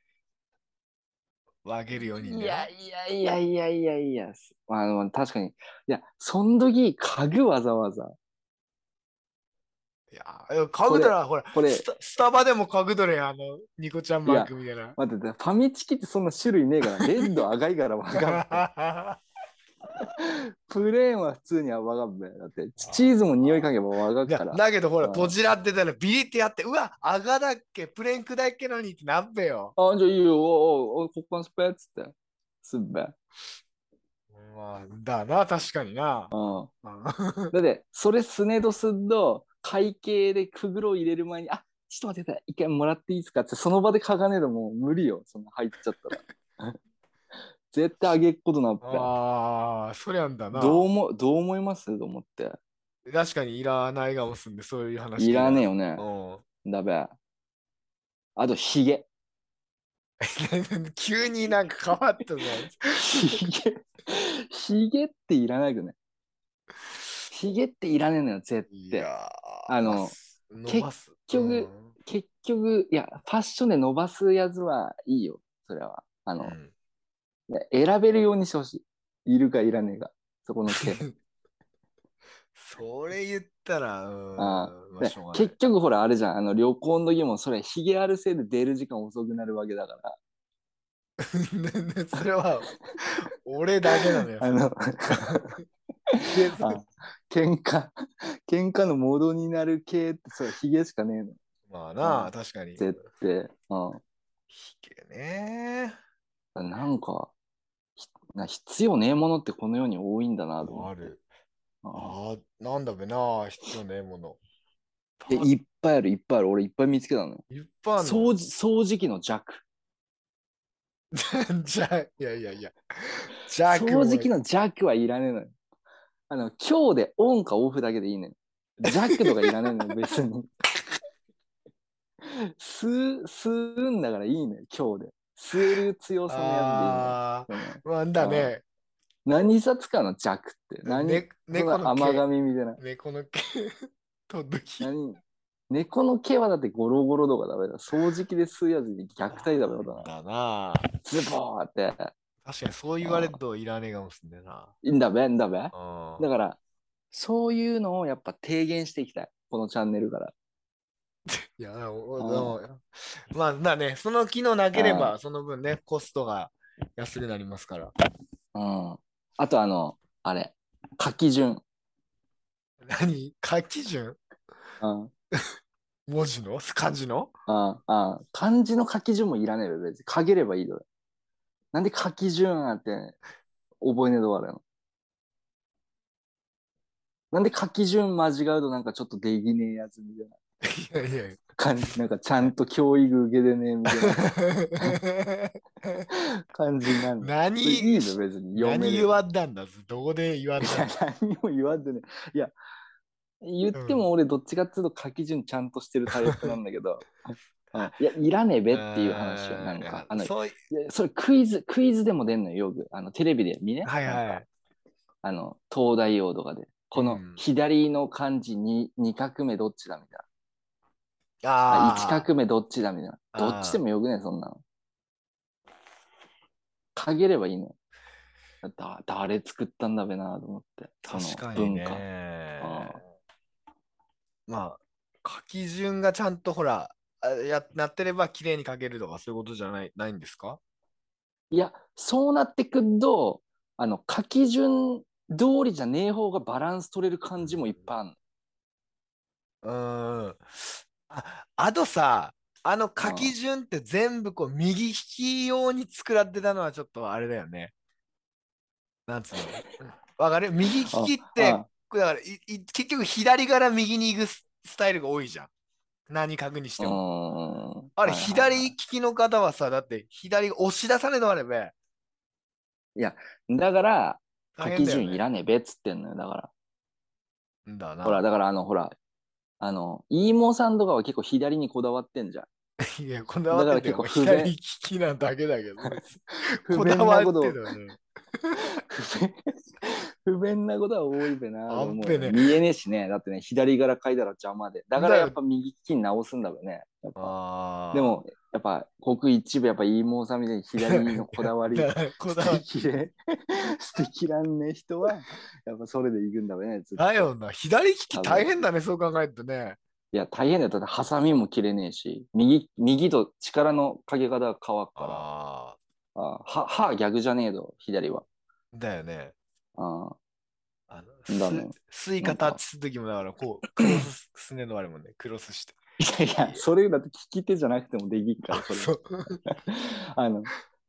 S2: 分けるように
S3: い
S2: ね。
S3: やいやいやいやいやいや、あの、確かに。いや、そん時、家具わざわざ。
S2: いや、かぐとら、ほら
S3: これ
S2: スタ、スタバでもかぐとれ、あの、ニコちゃんマークみたいな。
S3: 待ってて、ファミチキってそんな種類ねえから、レッド赤いからわかんない。プレーンは普通にはわかんない。だって、チーズも匂いかけばわかる
S2: いや
S3: から。
S2: だけどほら、
S3: うん
S2: とじらってたらビリってやって、うわ、あがだっけ、プレーンくだっけのにってなんべよ。
S3: あ、じゃあいいよ、おうおう、おうここんすっぺっつって。すっぺ。
S2: まあ、だな、確かにな。
S3: うん。
S2: うん
S3: だって、それすねどすんど、会計でくぐろを入れる前に、あ、ちょっと待ってください、一回もらっていいですかって、その場で書かねえともう無理よ、そんな入っち ゃったら。 絶対あげっことなっぺ。
S2: ああ、そりゃんだな。
S3: どうも、どう思いますと思って。
S2: 確かにいらないがもすんで、そういう話。
S3: いらねえよね。
S2: よ。
S3: だべ。あと、ひげ。
S2: うん、 急になんか変わったぞ。
S3: ひげ、ひげっていらないくね。ひげっていらねえのよ、絶
S2: い
S3: 対。
S2: やー
S3: あの
S2: 伸ばす伸ばす
S3: 結局
S2: うん
S3: 結局、いや、ファッションで伸ばすやつはいいよ、それは。あの、
S2: うん
S3: ね選べるようにしてほしい。いるかいらねえか、そこの毛。
S2: それ言ったら、うん、
S3: あ
S2: まあ、しょうがない。
S3: 結局、ほら、あれじゃん、あの旅行の時も、それ、ひげあるせいで出る時間遅くなるわけだから。
S2: それは、俺だけなのよ。
S3: あの、
S2: で
S3: あ喧嘩、喧嘩のモードになる系って、それ、ひげしかねえの、
S2: まあな
S3: うん
S2: あ、確かに。
S3: 絶対。うん。
S2: ひけね
S3: なんか、ひな必要ねえものってこの世に多いんだなと思
S2: あ
S3: って。
S2: る。
S3: ああ
S2: ああ、なんだべな必要ねえもの。
S3: でいっぱいある、いっぱいある。俺いっぱい見つけたのよ。
S2: いっぱいあるの。
S3: 掃除、掃除機のジャック。
S2: じゃあ、いやいやいや。ジャックも
S3: 掃除機のジャックはいらねえのよ。あの、今日でオンかオフだけでいいのよ。ジャックとかいらね えのよ、別に。吸う、吸うんだからいいのよ、今日で。吸える強さのや
S2: あ
S3: つでいいのよ。う
S2: あ、
S3: ん
S2: なんだね。
S3: 何さ使うのジャックって。何、
S2: ね、猫
S3: そんな
S2: の
S3: 甘
S2: 毛。
S3: 髪みたいな。
S2: 猫の毛。 とぶき。
S3: 何猫の毛はだってゴロゴロとかダメだ。掃除機で吸うやつに虐待だめだな。
S2: だな
S3: ズボーって。
S2: 確かにそう言われるといらねえかもしんねえな。
S3: いいんだべ、いいんだべ。だ
S2: うん。
S3: から、そういうのをやっぱ提言していきたい。このチャンネルから。
S2: いや、おおまあ、だね、その機能なければ、その分ね、コストが安くなりますから。
S3: うん。あとあの、あれ。書き順。
S2: 何書き順
S3: うん。うん。
S2: 文字の漢字の
S3: うん。漢字の書き順もいらねえべ、別に。書ければいいのよ。なんで書き順なんて、覚えねえとこあるの。なんで書き順間違うとなんかちょっとできねえやつみたいな。
S2: いやいやいや。
S3: 感じ、なんかちゃんと教育受けてね、みたいな感じになるの。
S2: 何
S3: いいの別に。読め
S2: 何
S3: る
S2: 言わったんだどこで言わっ
S3: い
S2: た
S3: や
S2: ん だ、
S3: 何も言わんでね。いや、言っても俺どっちかっつうと書き順ちゃんとしてるタイプなんだけ ど。うんいや、いらねえべっていう話よ。
S2: あー
S3: なんか、あの、い
S2: そうい
S3: やそれクイズ、クイズでも出んのよ、よく。あの、テレビで見ね。
S2: はいはい
S3: なん
S2: は
S3: かあの、東大王とかで。こ
S2: う
S3: の
S2: ん
S3: 左の漢字に2画目どっちだみたいな。
S2: い。
S3: あ
S2: ああ。
S3: 1画目どっちだみたいな。どっちでもよくねそんなの。かげればいいの。だ誰作ったんだべなと思って。
S2: 確か
S3: その
S2: に
S3: 文化。
S2: ね
S3: あ。
S2: まあ、書き順がちゃんとほら、あやなってれば綺麗に書けるとかそういうことじゃないないんですか
S3: いや、そうなってくんと、あの、書き順通りじゃねえ方がバランス取れる感じもいっぱいある
S2: うーん。あ、あとさ、あの書き順って全部こう右利き用に作られてたのはちょっとあれだよね。なんつうのわかる右利きって、だ
S3: あ
S2: からいい結局左から右に行くススタイルが多いじゃん。何書くにして
S3: う
S2: も。
S3: ん。
S2: あれ、
S3: はいはいはい
S2: 左利きの方はさ、だって左押し出さねえとあれべ。
S3: だから、
S2: 大変
S3: 書き
S2: だよ
S3: 順い
S2: ね。
S3: らねえべっつってんのよ。だから。
S2: んだな。
S3: ほら、だからあの、ほら、あの、イーモさんとかは結構左にこだわってんじゃん。
S2: いや、こだわってて
S3: だ
S2: も
S3: から結構不便
S2: 左利きなだけだ けど。
S3: 不
S2: こ
S3: 便
S2: だ
S3: な
S2: わ
S3: こと
S2: ってたね。
S3: 不便 不便なことは多いべなと思う
S2: あん
S3: よ。
S2: べね
S3: 見えねえしね。だってね、左から書いたら邪魔で。だから
S2: だよ
S3: やっぱ右利きに直すんだべね。やっぱ
S2: あー
S3: で、も、やっぱ、国一部、やっぱ、イーモーさんみたいに左のこだわり、
S2: だ
S3: 捨
S2: からこだわ
S3: てき れ、捨てきらんねえ人は、やっぱそれでいくんだべね、ずっと
S2: だよな。左利き大変だね、そう考えるとね。
S3: いや、大変だよ。だって、ハサミも切れねえし、右、右と力のかけ方が変わっから、
S2: あ
S3: あは、は逆じゃねえど、左は。
S2: あ。だよね。
S3: あ
S2: あの
S3: だね
S2: ススイ
S3: な
S2: カ
S3: んか
S2: タッチするときもだから、 こう、クロスすねのあれもんね、クロスして。
S3: ーいやいや、それだって利き手じゃなくてもできっから、それ。
S2: そう。
S3: あの、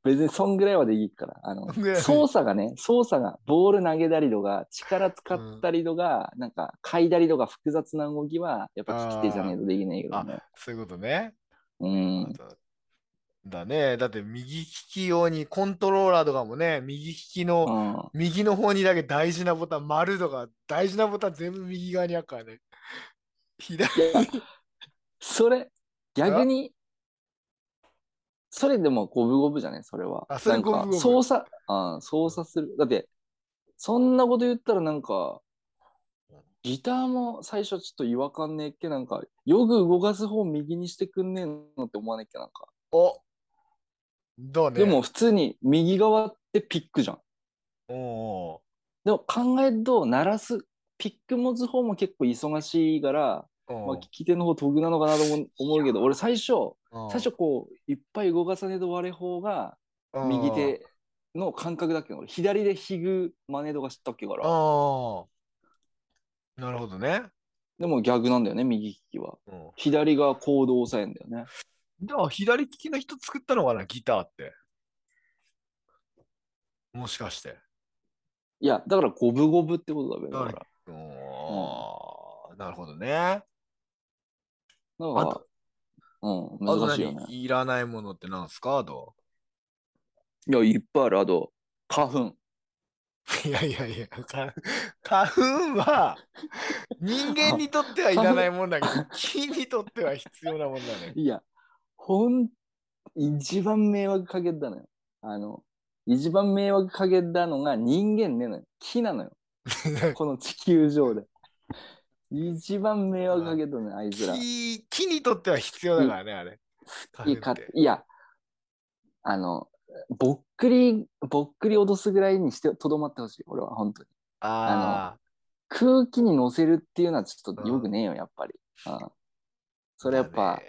S3: 別にそんぐらいはできるから。あの
S2: そんぐらいはできる
S3: 操作がね、操作が、ボール投げたりとか、力使ったりとか、なんか、嗅いだりとか複雑な動きは、やっぱ利き手じゃねえとできないけどね。
S2: そういうことね。
S3: うん。
S2: だだね。だって右利き用にコントローラーとかもね、右利きの、
S3: うん、
S2: 右の方にだけ大事なボタン、丸とか大事なボタン全部右側にあるからね。左
S3: いやそれ、逆に、それでも五分五分じゃねそれは。
S2: あそれ
S3: なんか
S2: 五分五分
S3: 操作、うん、操作する。だって、そんなこと言ったらなんか、ギターも最初ちょっと違和感ねえっけなんか、よく動かす方右にしてくんねえのって思わねえっけなんか。
S2: おどうね。
S3: でも普通に右側ってピックじゃん。
S2: おうおう
S3: でも考えると、鳴らす、ピック持つ方も結構忙しいから、
S2: おう
S3: まあ、聞き手の方得なのかなと思う思うけど、俺最初、
S2: うん
S3: 最初こういっぱい動かさねえと割れ方が右手の感覚だっけど左でひぐ真似とか知ったっけか
S2: あ
S3: ら
S2: あなるほどね。
S3: でも逆なんだよね右利きは
S2: うん
S3: 左が行動を抑えんだよね
S2: じゃあ左利きの人作ったのかな、ギターって。もしかして。
S3: いやだから五分五分ってことだべだから
S2: だ
S3: だか
S2: おーなるほどね。あと
S3: らうん
S2: あと
S3: 難しいよね
S2: 何いらないものってなんすかど
S3: いやいっぱいあるあと花粉
S2: う いやいやいや、か花粉は人間にとってはいらないもんだけど、 木にとっては必要なもんだね。
S3: いやほん一番迷惑かけたのよあの一番迷惑かけたのが人間ねえのよ木なのよ この地球上で。一番迷惑かけとんねん、あいつら。
S2: 木木にとっては必要だからね、あれ。
S3: い
S2: 花
S3: い
S2: 粉っ
S3: か
S2: て
S3: いや、あの、ぼっくり、ぼっくり落とすぐらいにしてとどまってほしい、俺は、本当に。
S2: あ
S3: 空気に乗せるっていうのはちょっと良くねえよ、やっぱり。うん
S2: あ。
S3: それやっぱ、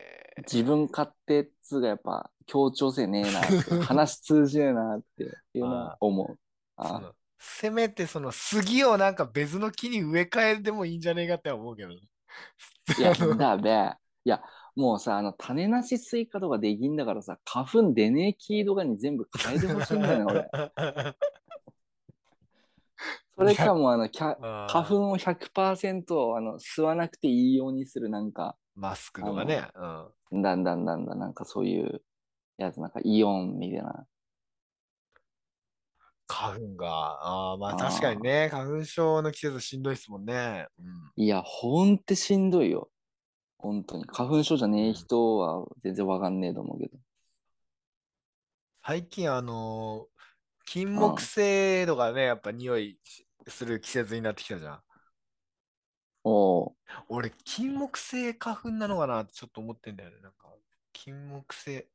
S3: 自分勝手っつうがやっぱ協調性ねえなって、 話通じねえなっていうのは思う。
S2: そ
S3: あ
S2: のせめてその杉をなんか別の木に植え替えでもいいんじゃねえかって思うけどね。
S3: いや、
S2: あの
S3: だべ。いや、もうさ、あの、種なしスイカとかできんだからさ、花粉出ねえキーとかに全部変えてほしいんだよ ね、俺。それかも、あの、キャ
S2: あー
S3: 花粉を100%あの吸わなくていいようにする、なんか、
S2: マスクとかね。うん
S3: だんだんだんだん、なんかそういうやつ、なんかイオンみたいな。
S2: 花粉が。ああ、まあ
S3: あー
S2: 確かにね、花粉症の季節しんどいですもんね。うん
S3: いや、ほんってしんどいよ。本当に。花粉症じゃねえ人は全然わかんねえと思うけど。
S2: 最近、あのー金木犀とかね、やっぱ匂いしする季節になってきたじゃん。
S3: おう
S2: 俺、金木犀花粉なのかなってちょっと思ってんだよね。なんか、金木犀。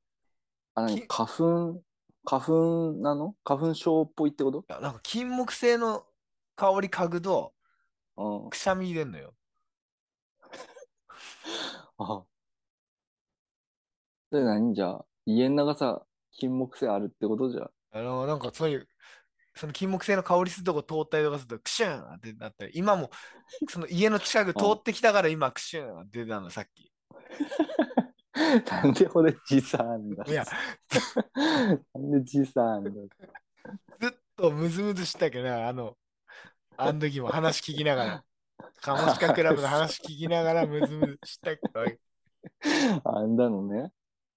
S3: あの
S2: き
S3: 花粉、花粉なの花粉症っぽいってこと
S2: いやなんか金木犀の香り嗅ぐと
S3: うん。
S2: くしゃみ出んのよ。
S3: あ。それ何じゃあ、家の中さ、金木犀あるってことじゃ あ。
S2: あのなんかそういうその金木犀の香りするとこ通ったりとかするとクシューンってなって今もその家の近く通ってきたから今クシューンって出たのさっき。
S3: なんで俺じさんだ
S2: いや
S3: なんでじさんだ
S2: ずっとムズムズしたけどなあのあの時も話聞きながら。カモシカクラブの話聞きながらムズムズしたけど。
S3: あんだのね。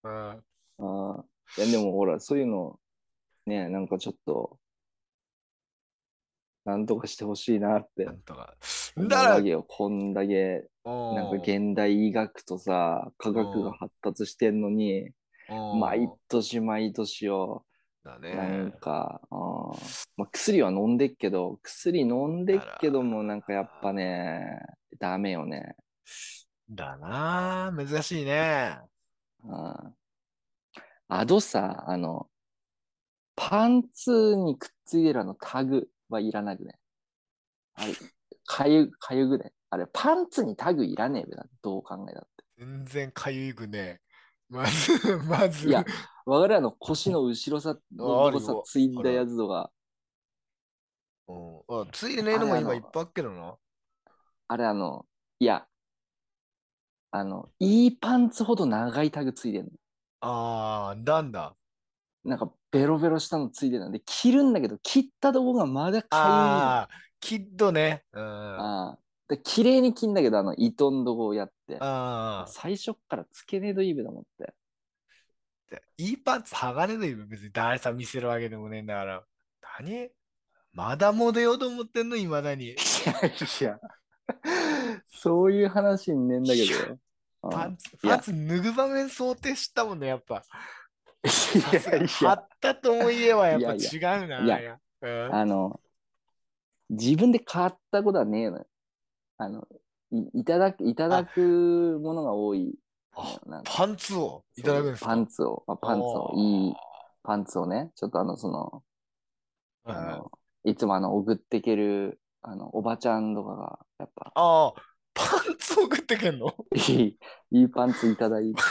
S2: うん
S3: ああ。いや、でもほら、そういうの、ね、なんかちょっと、なんとかしてほしいなって
S2: なんとか。
S3: 思う
S2: だから
S3: わけよ。こんだけ、なんか現代医学とさ、科学が発達してんのに、
S2: うん
S3: 毎年毎年よ、
S2: だ
S3: なん
S2: ね。
S3: か、あーまあ、薬は飲んでっけど、薬飲んでっけども、なんかやっぱね、ダメよね。
S2: だなぁ難しいね。
S3: あーあとさ、あの、パンツにくっついてるあのタグはいらなくね。あれ、かゆ、かゆぐね。あれ、パンツにタグいらねえべな。どう考えたっ
S2: 全然かゆいくね。まず、ま
S3: て。
S2: ず。
S3: いや、我々あの腰の後ろさ、のとこ
S2: あ
S3: さ
S2: るよ、
S3: ついたやつとか、
S2: うん、あついてねえのも今いっぱいあっけどな。
S3: あれあの、いや、あの、いいパンツほど長いタグついてるの。
S2: ああ、なんだ。
S3: なんかベロベロしたのついてるんで、切るんだけど、切ったとこがまだかゆいのよ。
S2: ああ、キッドね。うん。あ
S3: ああ。で、綺麗に切んだけど、あの、糸んとこをやって、
S2: あー。
S3: 最初っからつけねえといいべと思って。
S2: いいパンツ剥がれないよ。別に誰さ見せるわけでもねえんだから。何まだモデようと思ってんの、いまだに。
S3: いやいや、そういう話にねえんだけどよ。うん
S2: パンツ、
S3: いや
S2: パンツ脱ぐ場面想定したもんね、やっぱ。さすが
S3: いやい
S2: 貼ったともいえばやっぱ
S3: いや
S2: 違うな。
S3: いや
S2: うん
S3: や、あの、自分で買ったことはねえのよ。あの、いいただく、いただくものが多い。
S2: あ
S3: なんか
S2: パンツをいただくんです
S3: パ
S2: か
S3: ンツを、まあ、パンツを、
S2: おー
S3: いいパンツをね、ちょっとあの、その、
S2: うん
S3: あ
S2: あ
S3: のいつもあの送ってけるあのおばちゃんとかがやっぱ
S2: あ、パンツ送ってけんの
S3: いいいいパンツいただいて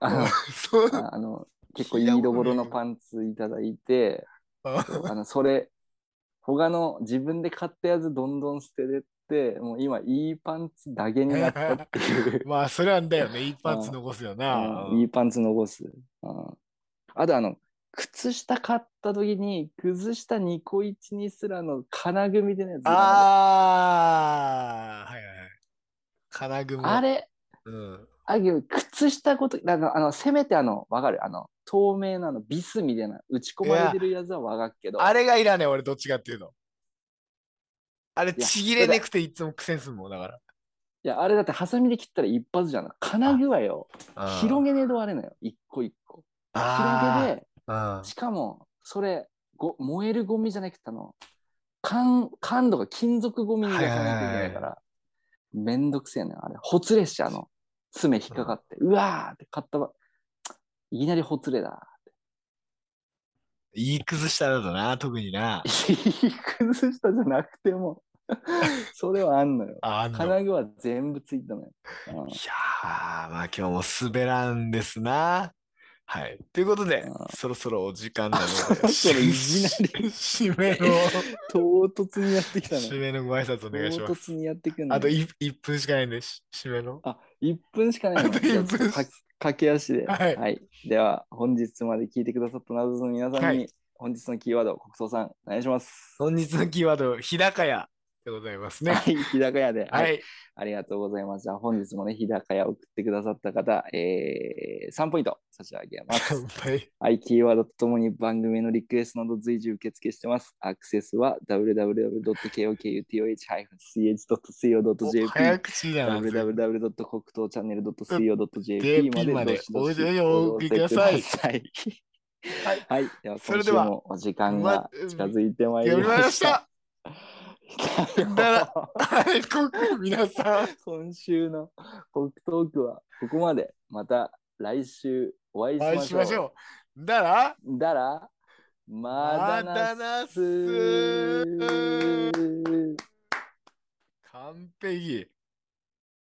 S3: あの
S2: そう。
S3: ああの結構いいところのパンツいただいて
S2: あ
S3: そうあのそれ他の自分で買ったやつどんどん捨ててってもう今いいパンツだけになったっ ていう
S2: まあ、それなんだよね。いいパンツ残すよな。
S3: うんいいパンツ残す、うんあとあの靴下買った時に靴下2個1にすらの金組でね
S2: ああ、はいはいはい。金具も。
S3: あれ
S2: うん。
S3: あげ靴下ごとあのあのせめてあのわかるあの透明なあのビスみたいな打ち込まれてるやつはわかっけど
S2: あれがいらねえ、俺、どっちかっていうと。あれ、
S3: いや
S2: ちぎれねくていつも苦戦するもん、だから
S3: いやあれだってハサミで切ったら一発じゃん金具はよ。
S2: うん
S3: 広げねえとあれなよ一個一個
S2: あ
S3: 広げで
S2: ー
S3: しかもそれご燃えるゴミじゃなくてあの缶缶とか金属ゴミに出さないといけ
S2: は
S3: ない
S2: いはい
S3: か
S2: はい
S3: らめんどくせえのよあれほつれっしゃあの爪引っかかってうわーって買ったばいきなりほつれだ
S2: うん。いい崩しただとな、特に な。
S3: いい崩したじゃなくて も、それはあんのよ。
S2: ああんの
S3: 金具は全部ついたのよ。うん
S2: いやー、まあ今日も滑らんですな。はい。ということで
S3: うん、
S2: そろそろお時間なので、
S3: そ ろそろいきな
S2: 締 めの、
S3: 唐突にやってきた
S2: 締
S3: の。
S2: めのご挨 拶お願いし
S3: 唐
S2: ます
S3: 突。にやってくんの。
S2: あと 1, 分しかないんで、し締めの。
S3: あ1分しかないの。
S2: あと一分
S3: じゃあか駆け足で、
S2: はい
S3: では、本日まで聞いてくださった謎の皆さんに、
S2: はい
S3: 本日のキーワードを国葬さん、お願いします。
S2: 本日のキーワード、日高屋でございますね。
S3: はい、 日高屋で。
S2: はい。
S3: ありがとうございます。じゃあ本日もね、日高屋送ってくださった方、えー、3ポイント差し上げます。
S2: 乾杯。
S3: はい、キーワードとともに番組へのリクエストなど随時受付してます。アクセスは www.kokutoh-ch.co.jp
S2: お早口だな。
S3: www. 国東チャンネル .co.jp ま
S2: JP
S3: で
S2: まで
S3: どしどし
S2: おいでよお送りください
S3: お寄せください。
S2: はい
S3: はい、では
S2: そ
S3: 今
S2: れで
S3: 週
S2: は
S3: もお時間が近づいてまい
S2: や
S3: り
S2: りま
S3: まし。
S2: した た。だらはい、ごく皆さん。
S3: 今週の国東区はここまで。また来週お会い
S2: お会いしまし
S3: う
S2: ょだら
S3: だら、まだなす。
S2: まだな完璧。